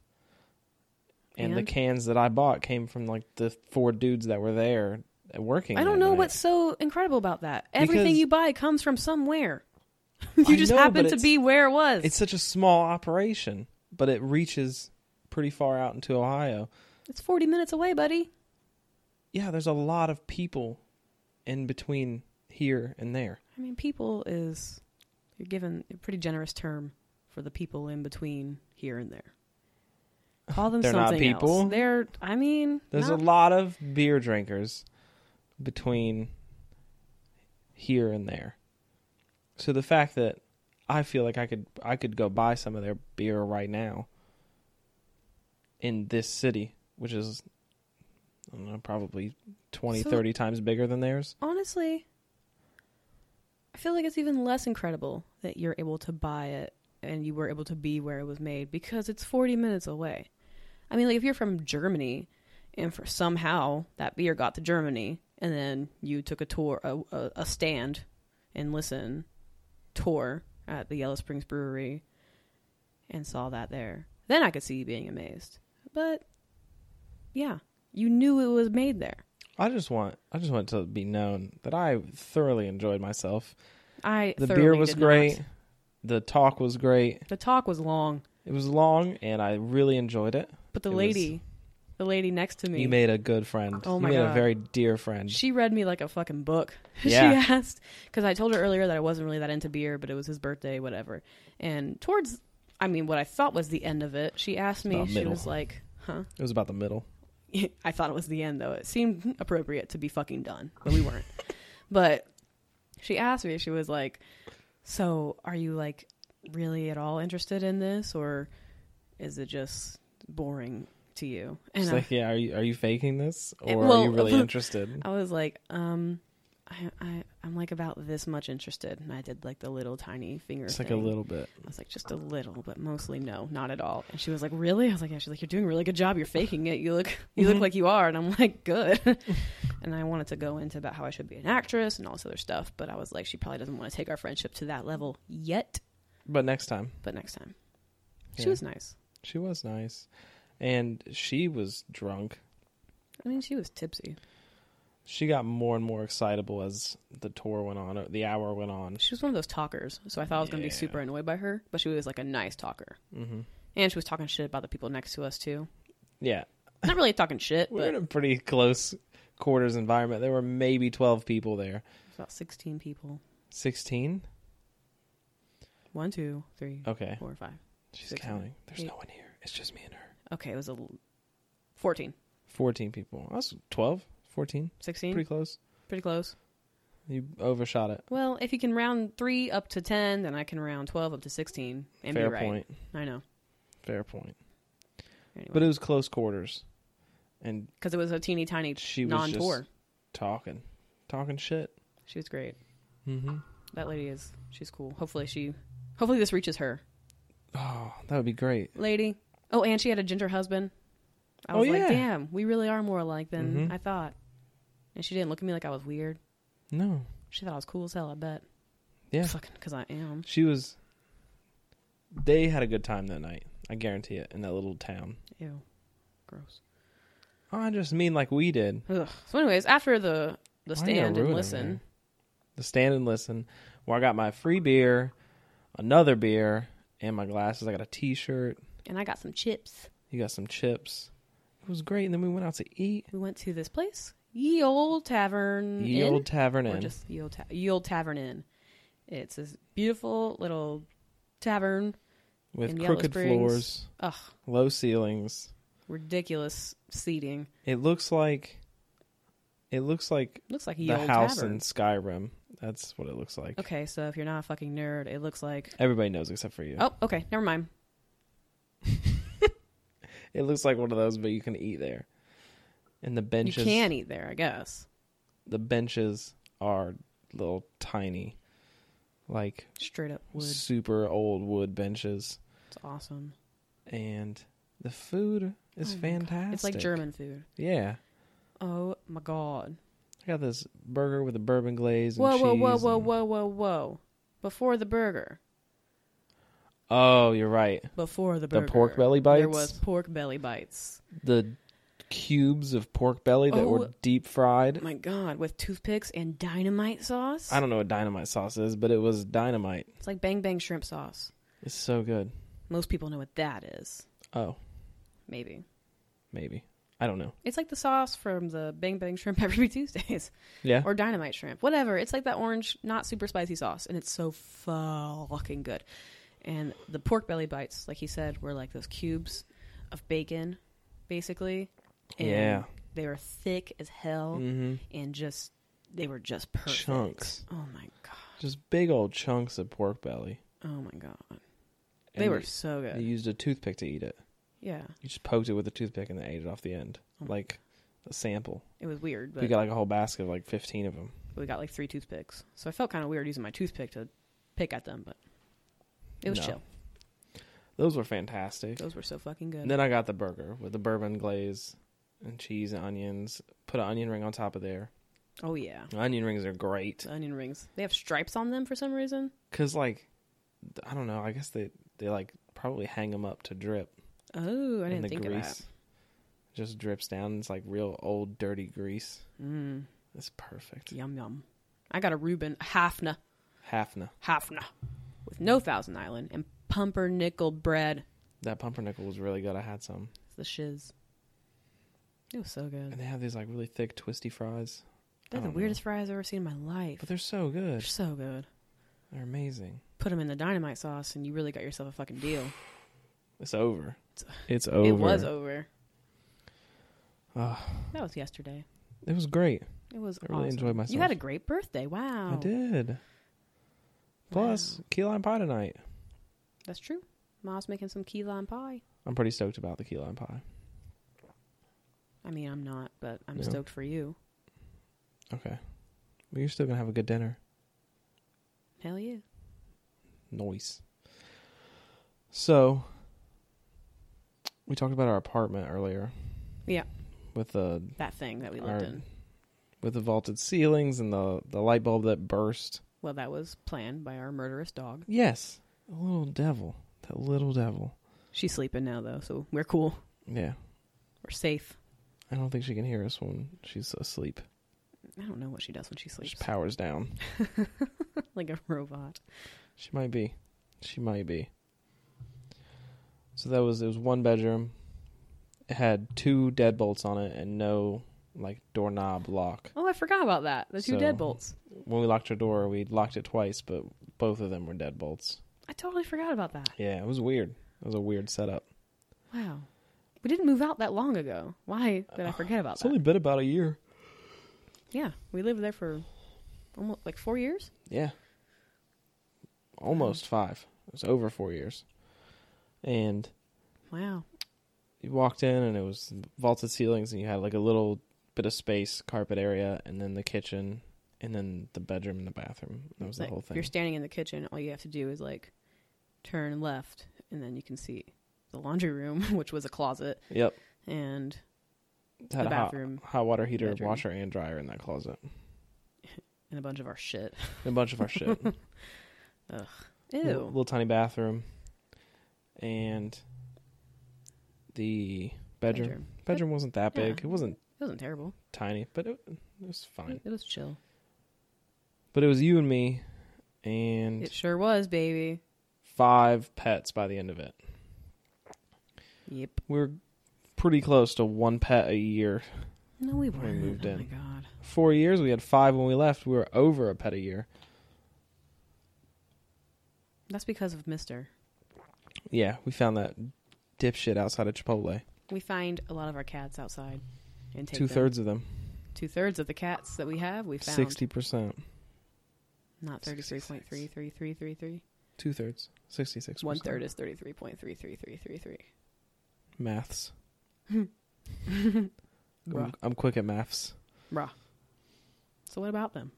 Speaker 1: And, the
Speaker 2: And?
Speaker 1: cans that I bought came from like the four dudes that were there working.
Speaker 2: I don't
Speaker 1: that
Speaker 2: know
Speaker 1: night.
Speaker 2: what's so incredible about that. Everything
Speaker 1: Because-
Speaker 2: you buy comes from somewhere.
Speaker 1: I
Speaker 2: you just
Speaker 1: know,
Speaker 2: happen
Speaker 1: but
Speaker 2: to
Speaker 1: it's-
Speaker 2: be where it was.
Speaker 1: It's such a small operation, but it reaches pretty far out into Ohio.
Speaker 2: it's 40 minutes away, buddy.
Speaker 1: Yeah, there's a lot of people in between here and there.
Speaker 2: I mean, people is you're given a pretty generous term for the people in between here and there. Call them
Speaker 1: They're not
Speaker 2: something
Speaker 1: people.
Speaker 2: else. They're I mean,
Speaker 1: There's
Speaker 2: not-
Speaker 1: a lot of beer drinkers between here and there. So the fact that I feel like I could I could go buy some of their beer right now in this city, which is I don't know, probably 20,
Speaker 2: So-
Speaker 1: 30 times bigger than theirs.
Speaker 2: honestly. I feel like it's even less incredible that you're able to buy it and you were able to be where it was made because it's 40 minutes away. I mean, like if you're from Germany and for somehow that beer got to Germany and then you took a tour, a, a, a stand and listen tour at the Yellow Springs Brewery and saw that there, then I could see you being amazed. But yeah, you knew it was made there.
Speaker 1: I just want I just want it to be known that I thoroughly enjoyed myself.
Speaker 2: I
Speaker 1: The
Speaker 2: thoroughly
Speaker 1: beer was
Speaker 2: did not.
Speaker 1: great. The talk was great.
Speaker 2: The talk was long,
Speaker 1: It was long and I really enjoyed it.
Speaker 2: but the
Speaker 1: It was-
Speaker 2: lady, the lady next to me,
Speaker 1: You made a good friend.
Speaker 2: Oh
Speaker 1: you
Speaker 2: my
Speaker 1: made a
Speaker 2: God.
Speaker 1: very dear friend.
Speaker 2: she read me like a fucking book.
Speaker 1: Yeah.
Speaker 2: she asked because I told her earlier that I wasn't really that into beer, but it was his birthday, whatever. And towards, I mean, what I thought was the end of it, she asked me.
Speaker 1: About
Speaker 2: She
Speaker 1: middle.
Speaker 2: was like, "Huh."
Speaker 1: It was about the middle.
Speaker 2: I thought it was the end, though. It seemed appropriate to be fucking done, but we weren't. but she asked me, she was like, So are you like really at all interested in this, or is it just boring to you?
Speaker 1: It's
Speaker 2: I-
Speaker 1: like, yeah, are you are you faking this
Speaker 2: Eh,
Speaker 1: or are
Speaker 2: well,
Speaker 1: you really interested?
Speaker 2: I was like, um, I, I, I'm like about this much interested, and I did like the little tiny finger.
Speaker 1: It's like a
Speaker 2: thing.
Speaker 1: little bit.
Speaker 2: I was like, just a little, but mostly no, not at all. And she was like, really? I was like, yeah. She's like, you're doing a really good job. You're faking it. You look, you
Speaker 1: Mhm.
Speaker 2: look like you are. And I'm like, good. and I wanted to go into about how I should be an actress and all this other stuff, but I was like, she probably doesn't want to take our friendship to that level yet.
Speaker 1: But next time,
Speaker 2: But next time, she
Speaker 1: Yeah.
Speaker 2: was nice.
Speaker 1: she was nice, and she was drunk.
Speaker 2: I mean, she was tipsy.
Speaker 1: She got more and more excitable as the tour went on, or the hour went on.
Speaker 2: She was one of those talkers, so I thought I was going to
Speaker 1: Yeah.
Speaker 2: be super annoyed by her, but she was like a nice talker.
Speaker 1: hmm
Speaker 2: And she was talking shit about the people next to us too.
Speaker 1: Yeah,
Speaker 2: Not really talking shit,
Speaker 1: we're
Speaker 2: but
Speaker 1: in a pretty close quarters environment. There were maybe twelve people there.
Speaker 2: it's about sixteen people.
Speaker 1: Sixteen?
Speaker 2: One, two, three,
Speaker 1: Okay,
Speaker 2: four, five.
Speaker 1: she's
Speaker 2: Six,
Speaker 1: counting. There's
Speaker 2: eight.
Speaker 1: no one here. It's just me and her.
Speaker 2: Okay, it was a l- 14,
Speaker 1: Fourteen people. That's 12? 14?
Speaker 2: 16.
Speaker 1: Pretty
Speaker 2: Pretty,
Speaker 1: close.
Speaker 2: close.
Speaker 1: You overshot it.
Speaker 2: Well, if you can round three up to ten, then I can round twelve up to sixteen and
Speaker 1: Fair
Speaker 2: be right.
Speaker 1: point.
Speaker 2: I know,
Speaker 1: Fair point. But
Speaker 2: anyway,
Speaker 1: it was close quarters, and
Speaker 2: because it was a teeny tiny
Speaker 1: She was
Speaker 2: non-tour.
Speaker 1: talking, talking shit.
Speaker 2: She was great.
Speaker 1: Mm-hmm.
Speaker 2: That lady is. She's cool. Hopefully she. Hopefully this reaches her,
Speaker 1: Oh, that would be great.
Speaker 2: lady. Oh, and she had a ginger husband. I
Speaker 1: Oh,
Speaker 2: was
Speaker 1: yeah.
Speaker 2: like, damn, we really are more alike than
Speaker 1: Mhm.
Speaker 2: I thought. And she didn't look at me like I was weird.
Speaker 1: No,
Speaker 2: She thought I was cool as hell. I bet.
Speaker 1: yeah,
Speaker 2: Fucking, because I am.
Speaker 1: she was. They had a good time that night. I guarantee it in that little town. Oh,
Speaker 2: Ew, gross.
Speaker 1: I just mean like we did.
Speaker 2: Ugh. So, anyways, after the the
Speaker 1: Why do you
Speaker 2: stand
Speaker 1: ruin
Speaker 2: and listen,
Speaker 1: everything? The stand and listen. Where I got my free beer, another beer, and my glasses. I got a T-shirt.
Speaker 2: and I got some chips.
Speaker 1: You got some chips. It was great, and then we went out to eat.
Speaker 2: We went to this place, Ye Old Tavern.
Speaker 1: Ye
Speaker 2: Inn?
Speaker 1: old tavern
Speaker 2: or
Speaker 1: inn.
Speaker 2: just Ye Old, Ta- Ye Olde Tavern Inn. It's this beautiful little tavern,
Speaker 1: with
Speaker 2: in Yellow
Speaker 1: crooked
Speaker 2: Springs.
Speaker 1: floors,
Speaker 2: Ugh.
Speaker 1: low ceilings.
Speaker 2: ridiculous seating.
Speaker 1: It looks like it looks like
Speaker 2: Looks like a Ye
Speaker 1: the
Speaker 2: Olde
Speaker 1: house
Speaker 2: Tavern.
Speaker 1: in Skyrim. That's what it looks like.
Speaker 2: Okay, so if you're not a fucking nerd, it looks like.
Speaker 1: Everybody knows except for you.
Speaker 2: Oh, okay, never mind.
Speaker 1: It looks like one of those, but you can eat there. And the benches,
Speaker 2: You can eat there, I guess.
Speaker 1: the benches are little tiny, like
Speaker 2: Straight up wood. It's
Speaker 1: super old wood benches,
Speaker 2: awesome.
Speaker 1: and the food is
Speaker 2: Oh my God.
Speaker 1: fantastic.
Speaker 2: It's like German food.
Speaker 1: Yeah,
Speaker 2: Oh my god.
Speaker 1: I got this burger with a bourbon glaze. And
Speaker 2: Whoa, whoa, whoa,
Speaker 1: cheese
Speaker 2: whoa,
Speaker 1: and-
Speaker 2: whoa, whoa, whoa. Before the burger.
Speaker 1: Oh, you're right.
Speaker 2: Before the
Speaker 1: The
Speaker 2: burger.
Speaker 1: pork belly
Speaker 2: There
Speaker 1: bites?
Speaker 2: was pork belly bites.
Speaker 1: The cubes of pork belly that were
Speaker 2: Oh.
Speaker 1: deep fried.
Speaker 2: My god, with toothpicks and dynamite sauce?
Speaker 1: I don't know what dynamite sauce is, but it was dynamite.
Speaker 2: It's like bang bang shrimp sauce.
Speaker 1: It's so good.
Speaker 2: Most people know what that is.
Speaker 1: Oh,
Speaker 2: Maybe.
Speaker 1: maybe. I don't know.
Speaker 2: It's like the sauce from the Bang Bang Shrimp every Tuesdays.
Speaker 1: Yeah.
Speaker 2: or dynamite shrimp, whatever. It's like that orange, not super spicy sauce, and it's so fucking good. And the pork belly bites, like he said, were like those cubes of bacon, basically. And
Speaker 1: Yeah.
Speaker 2: they were thick as hell,
Speaker 1: mm-hmm.
Speaker 2: and just they were just perfect.
Speaker 1: Chunks.
Speaker 2: Oh my god!
Speaker 1: Just big old chunks of pork belly.
Speaker 2: Oh my god! They
Speaker 1: And
Speaker 2: were
Speaker 1: you-
Speaker 2: so good.
Speaker 1: You used a toothpick to eat it.
Speaker 2: yeah,
Speaker 1: You just poked it with a toothpick and then ate it off the end,
Speaker 2: Oh my
Speaker 1: like a sample.
Speaker 2: it was weird, but
Speaker 1: we got like a whole basket of like fifteen of them.
Speaker 2: we got like three toothpicks, so I felt kind of weird using my toothpick to pick at them, but it was
Speaker 1: No.
Speaker 2: chill.
Speaker 1: Those were fantastic.
Speaker 2: Those were so fucking good.
Speaker 1: And then I got the burger with the bourbon glaze and cheese and onions. Put an onion ring on top of there.
Speaker 2: oh yeah.
Speaker 1: Onion rings are great
Speaker 2: The onion rings. They have stripes on them for some reason.
Speaker 1: because like I don't know. I guess they they like probably hang them up to drip.
Speaker 2: Oh, I
Speaker 1: and
Speaker 2: didn't
Speaker 1: the
Speaker 2: think
Speaker 1: grease just drips down. It's like real old dirty grease.
Speaker 2: of that. Mm,
Speaker 1: It's perfect.
Speaker 2: yum yum. I got a Reuben Hafna
Speaker 1: Hafna.
Speaker 2: Hafna with no Thousand Island and pumpernickel bread.
Speaker 1: That pumpernickel was really good. I had some.
Speaker 2: It's the shiz. It was so
Speaker 1: And
Speaker 2: good.
Speaker 1: they have these like really thick twisty fries,
Speaker 2: They're
Speaker 1: I
Speaker 2: the
Speaker 1: don't know.
Speaker 2: weirdest fries I've ever seen in my life.
Speaker 1: but they're so
Speaker 2: They're
Speaker 1: good.
Speaker 2: so good.
Speaker 1: They're amazing.
Speaker 2: Put them in the dynamite sauce, and you really got yourself a fucking deal.
Speaker 1: It's over.
Speaker 2: It's-
Speaker 1: It's over.
Speaker 2: It was over.
Speaker 1: Ugh.
Speaker 2: That was yesterday.
Speaker 1: It was great.
Speaker 2: It was.
Speaker 1: I really
Speaker 2: awesome.
Speaker 1: enjoyed myself.
Speaker 2: You had a great birthday. Wow.
Speaker 1: I did. Plus, key lime pie tonight.
Speaker 2: That's true. Mom's making some key lime pie.
Speaker 1: I'm pretty stoked about the key lime pie.
Speaker 2: I mean, I'm not, but I'm
Speaker 1: No.
Speaker 2: stoked for you.
Speaker 1: Okay. But you're still gonna have a good dinner.
Speaker 2: Hell yeah.
Speaker 1: Noise. So we talked about our apartment earlier.
Speaker 2: Yeah.
Speaker 1: With the
Speaker 2: That thing that we
Speaker 1: our-
Speaker 2: lived in.
Speaker 1: with the vaulted ceilings and the the light bulb that burst.
Speaker 2: Well, that was planned by our murderous dog.
Speaker 1: Yes. The little devil. That little devil.
Speaker 2: She's sleeping now, though, so we're cool.
Speaker 1: Yeah.
Speaker 2: We're safe.
Speaker 1: I don't think she can hear us when she's asleep.
Speaker 2: I don't know what she does when she
Speaker 1: She
Speaker 2: sleeps.
Speaker 1: powers down.
Speaker 2: like a robot.
Speaker 1: She might be. She might be. So that was it was one bedroom. It had two deadbolts on it and no like doorknob lock.
Speaker 2: Oh, I forgot about that. The two
Speaker 1: So-
Speaker 2: deadbolts.
Speaker 1: When we locked our door, we locked it twice, but both of them were deadbolts.
Speaker 2: I totally forgot about that.
Speaker 1: Yeah, it was weird. It was a weird setup.
Speaker 2: Wow. We didn't move out that long ago. Why did I forget about
Speaker 1: Uh, It's
Speaker 2: that?
Speaker 1: only been about a year.
Speaker 2: Yeah, we lived there for almost like four years.
Speaker 1: Yeah. Almost five. It was over four years. And
Speaker 2: Wow.
Speaker 1: you walked in and it was vaulted ceilings and you had like a little bit of space carpet area and then the kitchen and then the bedroom and the bathroom that was
Speaker 2: Like,
Speaker 1: the whole
Speaker 2: If
Speaker 1: thing
Speaker 2: you're standing in the kitchen, all you have to do is like turn left, and then you can see the laundry room, which was a closet,
Speaker 1: yep
Speaker 2: and
Speaker 1: It had
Speaker 2: the
Speaker 1: a hot,
Speaker 2: bathroom.
Speaker 1: hot water heater
Speaker 2: bedroom.
Speaker 1: washer and dryer in that closet
Speaker 2: and a bunch of our shit.
Speaker 1: and a bunch of our shit
Speaker 2: Ew.
Speaker 1: little, little tiny bathroom and the bedroom bedroom, wasn't that
Speaker 2: Yeah. Mm.
Speaker 1: big it wasn't
Speaker 2: It wasn't terrible.
Speaker 1: tiny but it, it was fine
Speaker 2: It, it was chill.
Speaker 1: but it was you and me and
Speaker 2: It sure was, baby.
Speaker 1: five pets by the end of it
Speaker 2: Yep.
Speaker 1: We're pretty close to one pet a year.
Speaker 2: No, we
Speaker 1: We
Speaker 2: weren't.
Speaker 1: moved
Speaker 2: oh
Speaker 1: in.
Speaker 2: my god.
Speaker 1: Four years, we had five when we left. We were over a pet a year.
Speaker 2: That's because of Mister.
Speaker 1: Yeah, we found that dipshit outside of Chipotle.
Speaker 2: We find a lot of our cats outside. And take
Speaker 1: Two thirds of them,
Speaker 2: Two thirds of the cats that we have, we found.
Speaker 1: sixty percent.
Speaker 2: Not thirty-three point three three three three three.
Speaker 1: Two thirds, sixty six.
Speaker 2: One third is thirty-three point three three three three three.
Speaker 1: maths.
Speaker 2: Bruh.
Speaker 1: I'm, I'm quick at maths.
Speaker 2: Bruh. So what about them?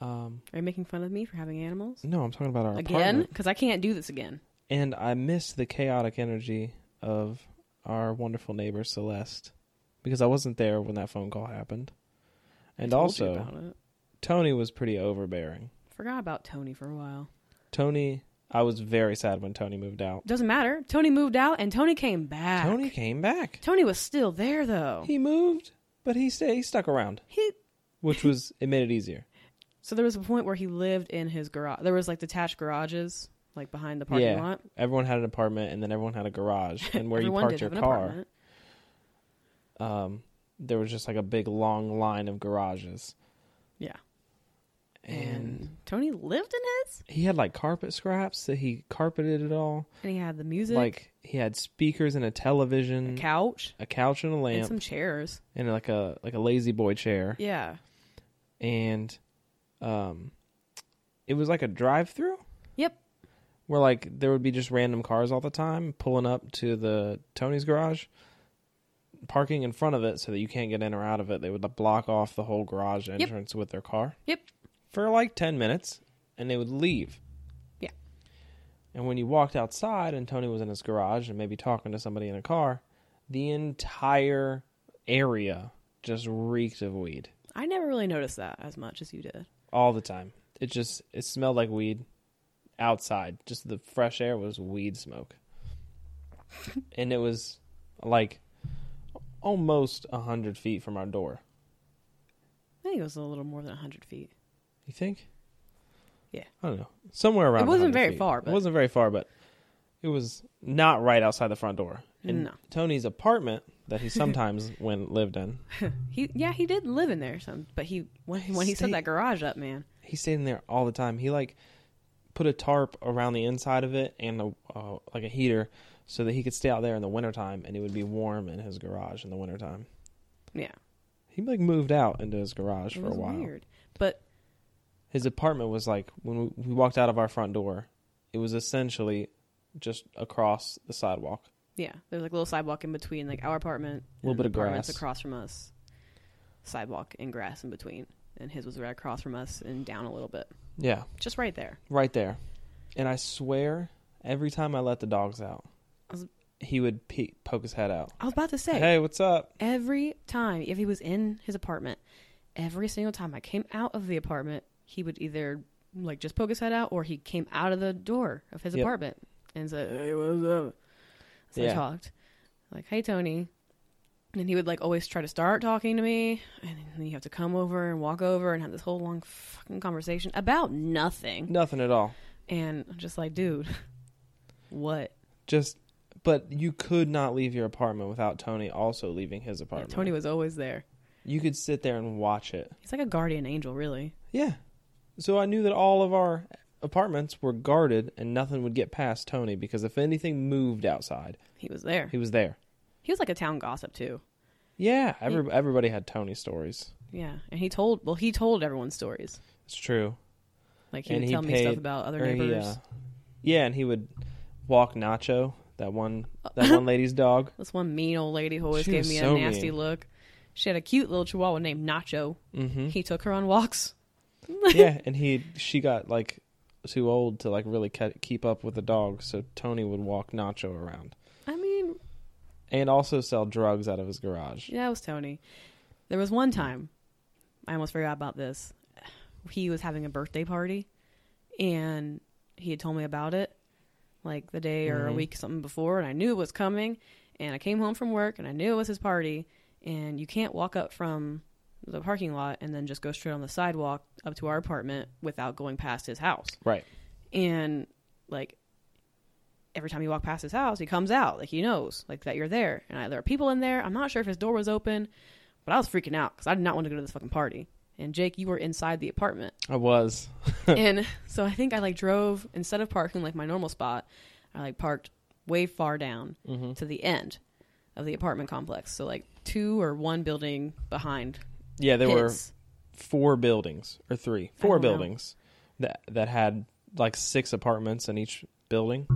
Speaker 1: Um,
Speaker 2: Are you making fun of me for having animals
Speaker 1: no, I'm talking about our
Speaker 2: again?
Speaker 1: apartment.
Speaker 2: Because I can't do this again.
Speaker 1: And I missed the chaotic energy of our wonderful neighbor Celeste because I wasn't there when that phone call happened.
Speaker 2: I
Speaker 1: And
Speaker 2: told you
Speaker 1: also,
Speaker 2: about it.
Speaker 1: Tony was pretty overbearing.
Speaker 2: forgot about Tony for a while.
Speaker 1: Tony, I was very sad when Tony moved out.
Speaker 2: Doesn't matter. Tony moved out, and Tony came back. Oh.
Speaker 1: Tony came back.
Speaker 2: Tony was still there though.
Speaker 1: He moved, but he stayed. He stuck around,
Speaker 2: He
Speaker 1: which was it made it easier.
Speaker 2: So there was a point where he lived in his garage. There was like detached garages, like behind the parking
Speaker 1: Yeah.
Speaker 2: lot.
Speaker 1: Everyone had an apartment, and then everyone had a garage, and where you
Speaker 2: Everyone
Speaker 1: parked
Speaker 2: did
Speaker 1: your
Speaker 2: have an
Speaker 1: car,
Speaker 2: apartment.
Speaker 1: um, there was just like a big long line of garages,
Speaker 2: Yeah, Mm.
Speaker 1: and
Speaker 2: Tony lived in his,
Speaker 1: he had like carpet scraps that he carpeted it all.
Speaker 2: and he had the music,
Speaker 1: Like he had speakers and a
Speaker 2: a
Speaker 1: television,
Speaker 2: couch,
Speaker 1: a couch and a
Speaker 2: and
Speaker 1: lamp,
Speaker 2: some chairs.
Speaker 1: and like a like a lazy boy chair,
Speaker 2: Yeah,
Speaker 1: and um, it was like a drive-through.
Speaker 2: Yep.
Speaker 1: Where like there would be just random cars all the time pulling up to the Tony's garage, parking in front of it so that you can't get in or out of it. They would like, block off the whole garage entrance with their car.
Speaker 2: Yep.
Speaker 1: For like ten minutes, and they would leave.
Speaker 2: Yeah.
Speaker 1: And when you walked outside and Tony was in his garage and maybe talking to somebody in a car, the entire area just reeked of weed
Speaker 2: I never really noticed that as much as you did.
Speaker 1: all the time. It just it smelled like weed outside. Just the fresh air was weed smoke, and it was like almost a hundred feet from our door.
Speaker 2: I think it was a little more than hundred feet.
Speaker 1: You think?
Speaker 2: Yeah.
Speaker 1: I don't know. Somewhere around.
Speaker 2: It wasn't
Speaker 1: 100
Speaker 2: very
Speaker 1: feet.
Speaker 2: far,
Speaker 1: It
Speaker 2: but-
Speaker 1: wasn't very far, but it was not right outside the front door. And
Speaker 2: No.
Speaker 1: Tony's apartment that he sometimes when lived in,
Speaker 2: He, yeah, he did live in there some, but he when when he set
Speaker 1: Stay-
Speaker 2: that garage up, man,
Speaker 1: he stayed in there all the time. He like put a tarp around the inside of it and a uh, like a heater so that he could stay out there in the wintertime and it would be warm in his garage in the wintertime.
Speaker 2: yeah,
Speaker 1: He like moved out into his garage
Speaker 2: it
Speaker 1: for a
Speaker 2: was
Speaker 1: while.
Speaker 2: weird. But
Speaker 1: His apartment was like when we, we walked out of our front door, it was essentially just across the sidewalk.
Speaker 2: yeah, there's like a little sidewalk in between, like our apartment,
Speaker 1: A little
Speaker 2: and
Speaker 1: bit of
Speaker 2: apartments
Speaker 1: grass.
Speaker 2: across from us, sidewalk and grass in between, and his was right across from us and down a little bit,
Speaker 1: Yeah,
Speaker 2: just right there.
Speaker 1: right there. And I swear, every time I let the dogs out,
Speaker 2: I was-
Speaker 1: he would pe- poke his head out.
Speaker 2: I was about to say
Speaker 1: Hey, what's up?
Speaker 2: every time if he was in his apartment, every single time I came out of the apartment, he would either like just poke his head out or he came out of the door of his
Speaker 1: Yep.
Speaker 2: apartment and said, "Hey, what's up?" So
Speaker 1: Yeah.
Speaker 2: I talked, like, "Hey, Tony," and he would like always try to start talking to me, and then you have to come over and walk over and have this whole long fucking conversation about nothing,
Speaker 1: Nothing at all.
Speaker 2: and I'm just like, dude, what?
Speaker 1: just but you could not leave your apartment without Tony also leaving his
Speaker 2: Yeah,
Speaker 1: apartment.
Speaker 2: Tony was always there.
Speaker 1: you could sit there and watch it.
Speaker 2: He's like a guardian angel, really.
Speaker 1: Yeah. So I knew that all of our apartments were guarded and nothing would get past Tony because if anything moved outside,
Speaker 2: He was there.
Speaker 1: he was there.
Speaker 2: He was like a town gossip too.
Speaker 1: Yeah, every, everybody had Tony stories.
Speaker 2: Yeah, and he told well, he told everyone stories.
Speaker 1: It's true.
Speaker 2: Like he
Speaker 1: And
Speaker 2: would
Speaker 1: he
Speaker 2: tell me stuff
Speaker 1: paid-
Speaker 2: about other
Speaker 1: Or he,
Speaker 2: neighbors.
Speaker 1: uh, yeah, and he would walk Nacho, that one that one lady's dog.
Speaker 2: This one mean old lady who always
Speaker 1: She
Speaker 2: gave
Speaker 1: was
Speaker 2: me
Speaker 1: so
Speaker 2: a nasty
Speaker 1: mean.
Speaker 2: look. She had a cute little chihuahua named Nacho.
Speaker 1: Mhm.
Speaker 2: He took her on walks.
Speaker 1: yeah, and he she got like too old to like really ca- keep up with the dog, so Tony would walk Nacho around
Speaker 2: I mean,
Speaker 1: and also sell drugs out of his garage.
Speaker 2: yeah, it was Tony. There was one time I almost forgot about this. He was having a birthday party, and he had told me about it, like the day or a
Speaker 1: Mhm.
Speaker 2: week something before, and I knew it was coming. And I came home from work, and I knew it was his party. And you can't walk up from the parking lot and then just go straight on the sidewalk up to our apartment without going past his house.
Speaker 1: Right.
Speaker 2: And like, every time you walk past his house, he comes out. Like he knows, like that you're there. And I, there are people in there. I'm not sure if his door was open, but I was freaking out because I did not want to go to this fucking party. And Jake, you were inside the apartment,
Speaker 1: I was.
Speaker 2: and so I think I like drove instead of parking like my normal spot. I like parked way far down
Speaker 1: Mm-hmm.
Speaker 2: to the end of the apartment complex. So like two or one building behind.
Speaker 1: Yeah, there were
Speaker 2: his.
Speaker 1: four buildings or three,
Speaker 2: I
Speaker 1: four
Speaker 2: don't know.
Speaker 1: buildings that that had like six apartments in each building,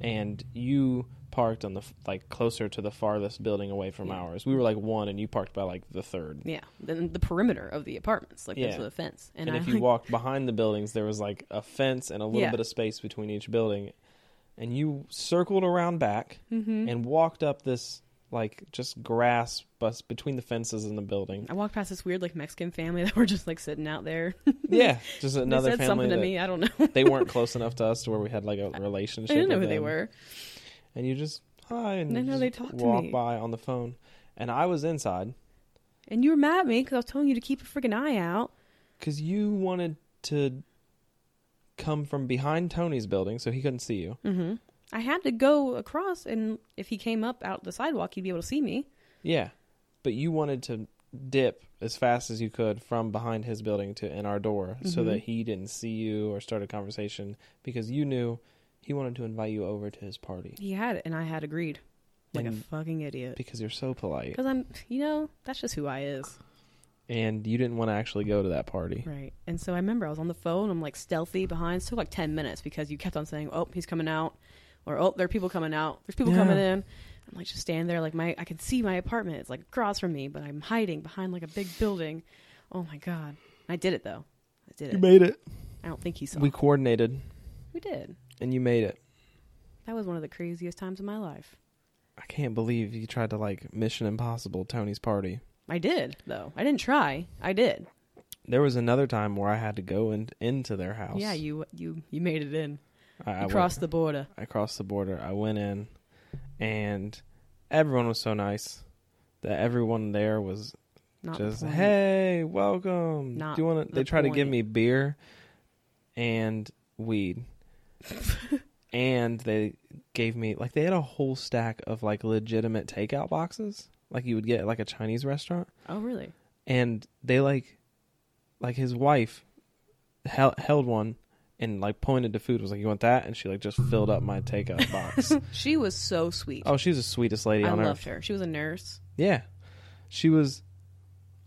Speaker 1: and you parked on the f- like closer to the farthest building away from
Speaker 2: Yeah.
Speaker 1: ours. We were like one, and you parked by like the third.
Speaker 2: yeah, then the perimeter of the apartments, like
Speaker 1: Yeah.
Speaker 2: there's a fence.
Speaker 1: And,
Speaker 2: I,
Speaker 1: if you
Speaker 2: like,
Speaker 1: walked behind the buildings, there was like a fence and a little
Speaker 2: Yeah.
Speaker 1: bit of space between each building, and you circled around back
Speaker 2: Mhm.
Speaker 1: and walked up this like just grass bus between the fences in the building.
Speaker 2: I walked past this weird like Mexican family that were just like sitting out there.
Speaker 1: yeah, just another
Speaker 2: they said
Speaker 1: family
Speaker 2: something to
Speaker 1: that-
Speaker 2: me. I don't know.
Speaker 1: they weren't close enough to us to where we had like a relationship.
Speaker 2: I didn't know who
Speaker 1: with
Speaker 2: they
Speaker 1: them.
Speaker 2: were.
Speaker 1: And you just hi, and
Speaker 2: I
Speaker 1: you
Speaker 2: know
Speaker 1: just
Speaker 2: they talked to
Speaker 1: walk
Speaker 2: me.
Speaker 1: by on the phone. And I was inside
Speaker 2: And you were mad at me because I was telling you to keep a freaking eye out.
Speaker 1: because you wanted to come from behind Tony's building, so he couldn't see you.
Speaker 2: Mm-hmm. I had to go across, and if he came up out the sidewalk, he'd be able to see me.
Speaker 1: Yeah, but you wanted to dip as fast as you could from behind his building to in our door, so
Speaker 2: Mhm.
Speaker 1: that he didn't see you or start a conversation because you knew he wanted to invite you over to his party
Speaker 2: He had it, and I had agreed. Like a
Speaker 1: And-
Speaker 2: fucking idiot.
Speaker 1: because you're so polite,
Speaker 2: Because I'm, you know, that's just who I is.
Speaker 1: and you didn't want to actually go to that party.
Speaker 2: Right. And so I remember I was on the phone. I'm like stealthy behind. It took like 10 minutes because you kept on saying, oh, he's coming out. Or, oh, there are people coming out. There's people
Speaker 1: Yeah.
Speaker 2: coming in. I'm like just standing there. Like my, I can see my apartment. It's like across from me, but I'm hiding behind like a big building. Oh my God. I did it though. I did
Speaker 1: You
Speaker 2: it.
Speaker 1: made it.
Speaker 2: I don't think he saw.
Speaker 1: We
Speaker 2: We,
Speaker 1: coordinated.
Speaker 2: we did.
Speaker 1: and you made it.
Speaker 2: That was one of the craziest times of my life.
Speaker 1: I can't believe you tried to like Mission Impossible Tony's party.
Speaker 2: I did though. I didn't try. I did.
Speaker 1: There was another time where I had to go in, into their house.
Speaker 2: Yeah. You, you, you made it in.
Speaker 1: I, I
Speaker 2: You
Speaker 1: went-
Speaker 2: crossed the border.
Speaker 1: I crossed the border. I went in, and everyone was so nice. That everyone there was
Speaker 2: Not the
Speaker 1: just
Speaker 2: point.
Speaker 1: hey, welcome.
Speaker 2: Not
Speaker 1: Do you want to?
Speaker 2: the
Speaker 1: They tried to give
Speaker 2: point.
Speaker 1: me beer and weed, and they gave me like they had a whole stack of like legitimate takeout boxes, like you would get at like a Chinese restaurant.
Speaker 2: Oh really?
Speaker 1: and they like like his wife held, held one and like pointed to food was like you want that and she like just filled up my takeout box
Speaker 2: She was so sweet.
Speaker 1: oh she was the sweetest lady
Speaker 2: I
Speaker 1: on
Speaker 2: loved
Speaker 1: earth
Speaker 2: her. She was a nurse.
Speaker 1: yeah she was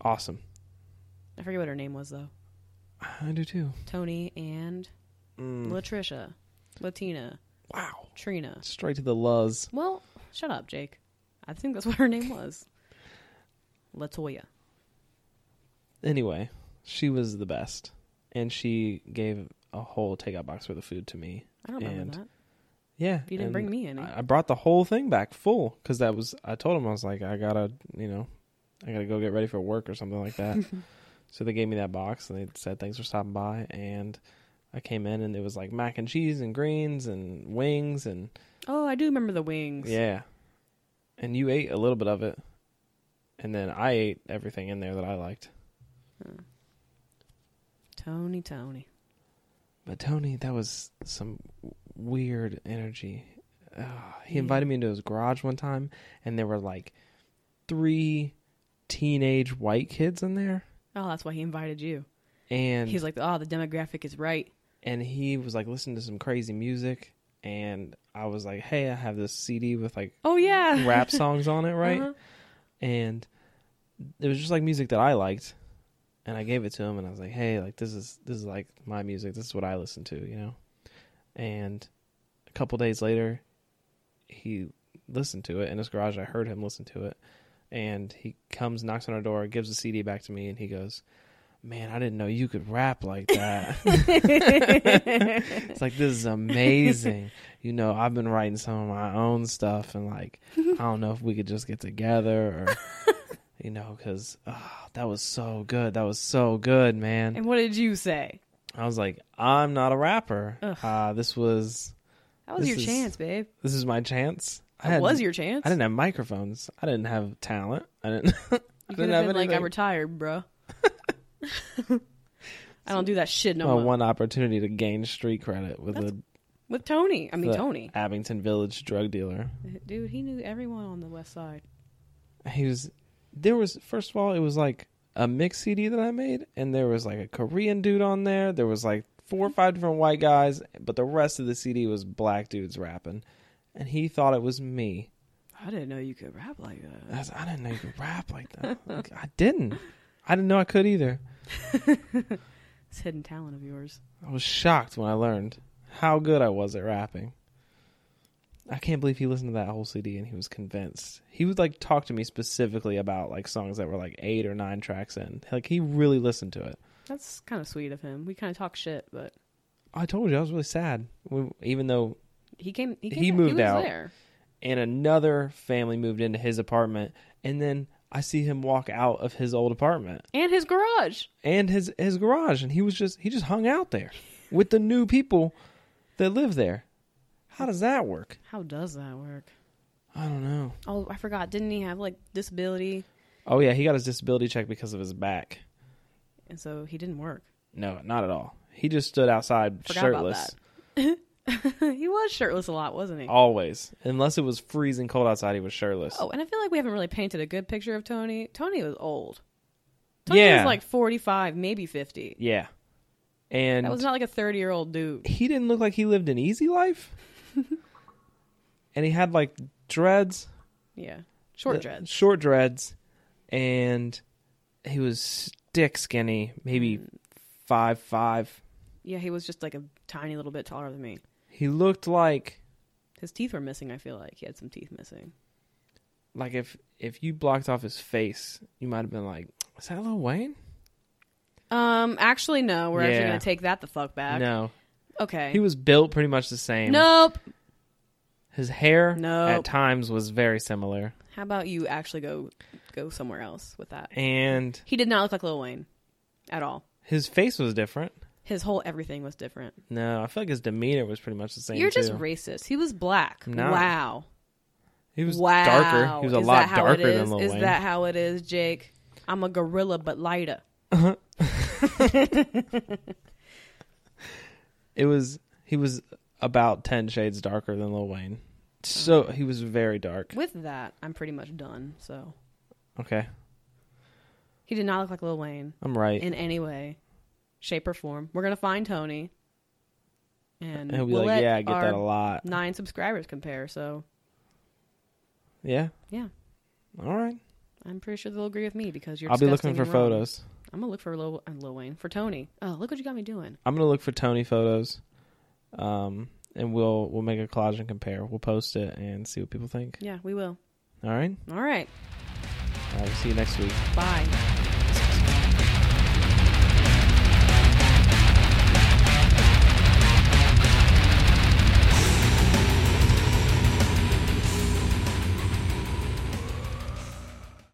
Speaker 1: awesome
Speaker 2: I forget what her name was though.
Speaker 1: i do too
Speaker 2: Tony and
Speaker 1: Mm,
Speaker 2: Latricia, Latina,
Speaker 1: wow
Speaker 2: Trina.
Speaker 1: straight to the luz
Speaker 2: Well, shut up, Jake. I think that's what her name was. Latoya.
Speaker 1: anyway she was the best and she gave a whole takeout box with the food to me
Speaker 2: I don't remember
Speaker 1: And
Speaker 2: that.
Speaker 1: yeah
Speaker 2: You didn't
Speaker 1: and
Speaker 2: bring me any.
Speaker 1: I I brought the whole thing back full because that was I told him I was like I gotta you know I gotta go get ready for work or something like that. so they gave me that box and they said thanks for stopping by and I came in and it was like mac and cheese and greens and wings and
Speaker 2: oh, I do remember the wings.
Speaker 1: yeah, and you ate a little bit of it and then I ate everything in there that I liked.
Speaker 2: Tony, Tony.
Speaker 1: But Tony, that was some w- weird energy. Ugh, he
Speaker 2: Yeah.
Speaker 1: invited me into his garage one time, and there were like three teenage white kids in there,
Speaker 2: Oh, that's why he invited you.
Speaker 1: and
Speaker 2: He's like, oh, the demographic is right.
Speaker 1: and he was like listening to some crazy music, and I was like, hey, I have this CD with like
Speaker 2: Oh yeah.
Speaker 1: rap songs on it, right?
Speaker 2: Uh-huh.
Speaker 1: and it was just like music that I liked, and I gave it to him, and I was like, "Hey, like this is this is like my music. This is what I listen to, you know." And a couple days later, he listened to it in his garage. I heard him listen to it, and he comes, knocks on our door, gives the CD back to me, and he goes, "Man, I didn't know you could rap like that." it's like this is amazing. You know, I've been writing some of my own stuff, and like I don't know if we could just get together or. You know, because that was so good. That was so good, man.
Speaker 2: And what did you say?
Speaker 1: I was like, I'm not a rapper.
Speaker 2: Ugh.
Speaker 1: Uh, this was
Speaker 2: That was
Speaker 1: This
Speaker 2: your
Speaker 1: is-
Speaker 2: chance, babe.
Speaker 1: this is my chance. I
Speaker 2: That
Speaker 1: had-
Speaker 2: was your chance.
Speaker 1: I didn't have microphones. I didn't have talent. I didn't.
Speaker 2: You
Speaker 1: I didn't
Speaker 2: could have
Speaker 1: have
Speaker 2: been like,
Speaker 1: anything.
Speaker 2: I'm retired, bro. I don't do that shit no
Speaker 1: my
Speaker 2: more.
Speaker 1: one opportunity to gain street credit with
Speaker 2: That's
Speaker 1: a
Speaker 2: with Tony. I mean,
Speaker 1: The-
Speaker 2: Tony.
Speaker 1: Abington Village drug dealer.
Speaker 2: Dude, he knew everyone on the West Side.
Speaker 1: He was there was first of all it was like a mix CD that I made, and there was like a Korean dude on there. There was like four or five different white guys, but the rest of the CD was black dudes rapping, and he thought it was me.
Speaker 2: I didn't know you could rap like
Speaker 1: I,
Speaker 2: that.
Speaker 1: was, I didn't know you could rap like that. Like, I didn't. I didn't know I could either.
Speaker 2: This hidden talent of yours.
Speaker 1: I was shocked when I learned how good I was at rapping. I can't believe he listened to that whole CD and he was convinced. He would like talk to me specifically about like songs that were like eight or nine tracks in. Like he really listened to it.
Speaker 2: That's kind of sweet of him. We kind of talk shit, but
Speaker 1: I told you I was really sad. We, even though
Speaker 2: he came. He, came
Speaker 1: He
Speaker 2: out-
Speaker 1: moved
Speaker 2: he was
Speaker 1: out.
Speaker 2: There.
Speaker 1: and another family moved into his apartment, and then I see him walk out of his old apartment
Speaker 2: and his garage.
Speaker 1: and his his garage, and he was just he just hung out there with the new people that live there. How does that work?
Speaker 2: How does that work?
Speaker 1: I don't know.
Speaker 2: Oh, I forgot. Didn't he have like disability?
Speaker 1: Oh yeah, he got his disability check because of his back.
Speaker 2: And so he didn't work.
Speaker 1: No, not at all. He just stood outside
Speaker 2: Forgot about
Speaker 1: shirtless
Speaker 2: he was shirtless a lot, wasn't he?
Speaker 1: always. Unless it was freezing cold outside, he was shirtless.
Speaker 2: Oh, and I feel like we haven't really painted a good picture of Tony. Tony was old. Tony
Speaker 1: Yeah.
Speaker 2: was like 45, maybe 50.
Speaker 1: Yeah. And
Speaker 2: That was not like a 30 year old dude.
Speaker 1: he didn't look like he lived an easy life. and he had like dreads,
Speaker 2: Yeah. Short
Speaker 1: the-
Speaker 2: dreads.
Speaker 1: Short dreads and he was stick skinny, maybe 5 5.
Speaker 2: Yeah, he was just like a tiny little bit taller than me.
Speaker 1: He looked like
Speaker 2: His teeth were missing, I feel like. He had some teeth missing.
Speaker 1: like if if you blocked off his face, you might have been like, "Is that Lil Wayne?"
Speaker 2: Um, actually, no. We're actually
Speaker 1: Yeah.
Speaker 2: going to take that the fuck back.
Speaker 1: No.
Speaker 2: Okay.
Speaker 1: He was built pretty much the same.
Speaker 2: nope.
Speaker 1: His hair
Speaker 2: Nope.
Speaker 1: at times was very similar.
Speaker 2: How about you actually go go somewhere else with that?
Speaker 1: And
Speaker 2: He did not look like Lil Wayne at all.
Speaker 1: his face was different.
Speaker 2: His whole everything was different.
Speaker 1: No, I feel like his demeanor was pretty much the same.
Speaker 2: You're just
Speaker 1: too.
Speaker 2: racist. He was black.
Speaker 1: No.
Speaker 2: Wow.
Speaker 1: he was
Speaker 2: wow.
Speaker 1: darker. He was a
Speaker 2: Is
Speaker 1: lot
Speaker 2: that how
Speaker 1: darker
Speaker 2: it is?
Speaker 1: than Lil
Speaker 2: Is
Speaker 1: Wayne.
Speaker 2: that how it is, Jake? I'm a gorilla, but lighter.
Speaker 1: It was he was about ten shades darker than Lil Wayne. So he was very dark.
Speaker 2: With that, I'm pretty much done. So
Speaker 1: Okay,
Speaker 2: he did not look like Lil Wayne
Speaker 1: I'm right.
Speaker 2: in any way, shape, or form. We're gonna find Tony, and
Speaker 1: And he'll be
Speaker 2: we'll
Speaker 1: like,
Speaker 2: let
Speaker 1: "Yeah, I get
Speaker 2: our
Speaker 1: that a lot."
Speaker 2: nine subscribers compare. So
Speaker 1: Yeah,
Speaker 2: yeah,
Speaker 1: all right.
Speaker 2: I'm pretty sure they'll agree with me because you're.
Speaker 1: I'll be looking
Speaker 2: disgusting
Speaker 1: for
Speaker 2: and wrong.
Speaker 1: photos.
Speaker 2: I'm gonna look for Lil, uh, Lil Wayne for Tony. Oh, look what you got me doing.
Speaker 1: I'm gonna look for Tony photos, um, and we'll we'll make a collage and compare. We'll post it and see what people think.
Speaker 2: Yeah, we will.
Speaker 1: All right.
Speaker 2: All right,
Speaker 1: All right. See you next week.
Speaker 2: bye.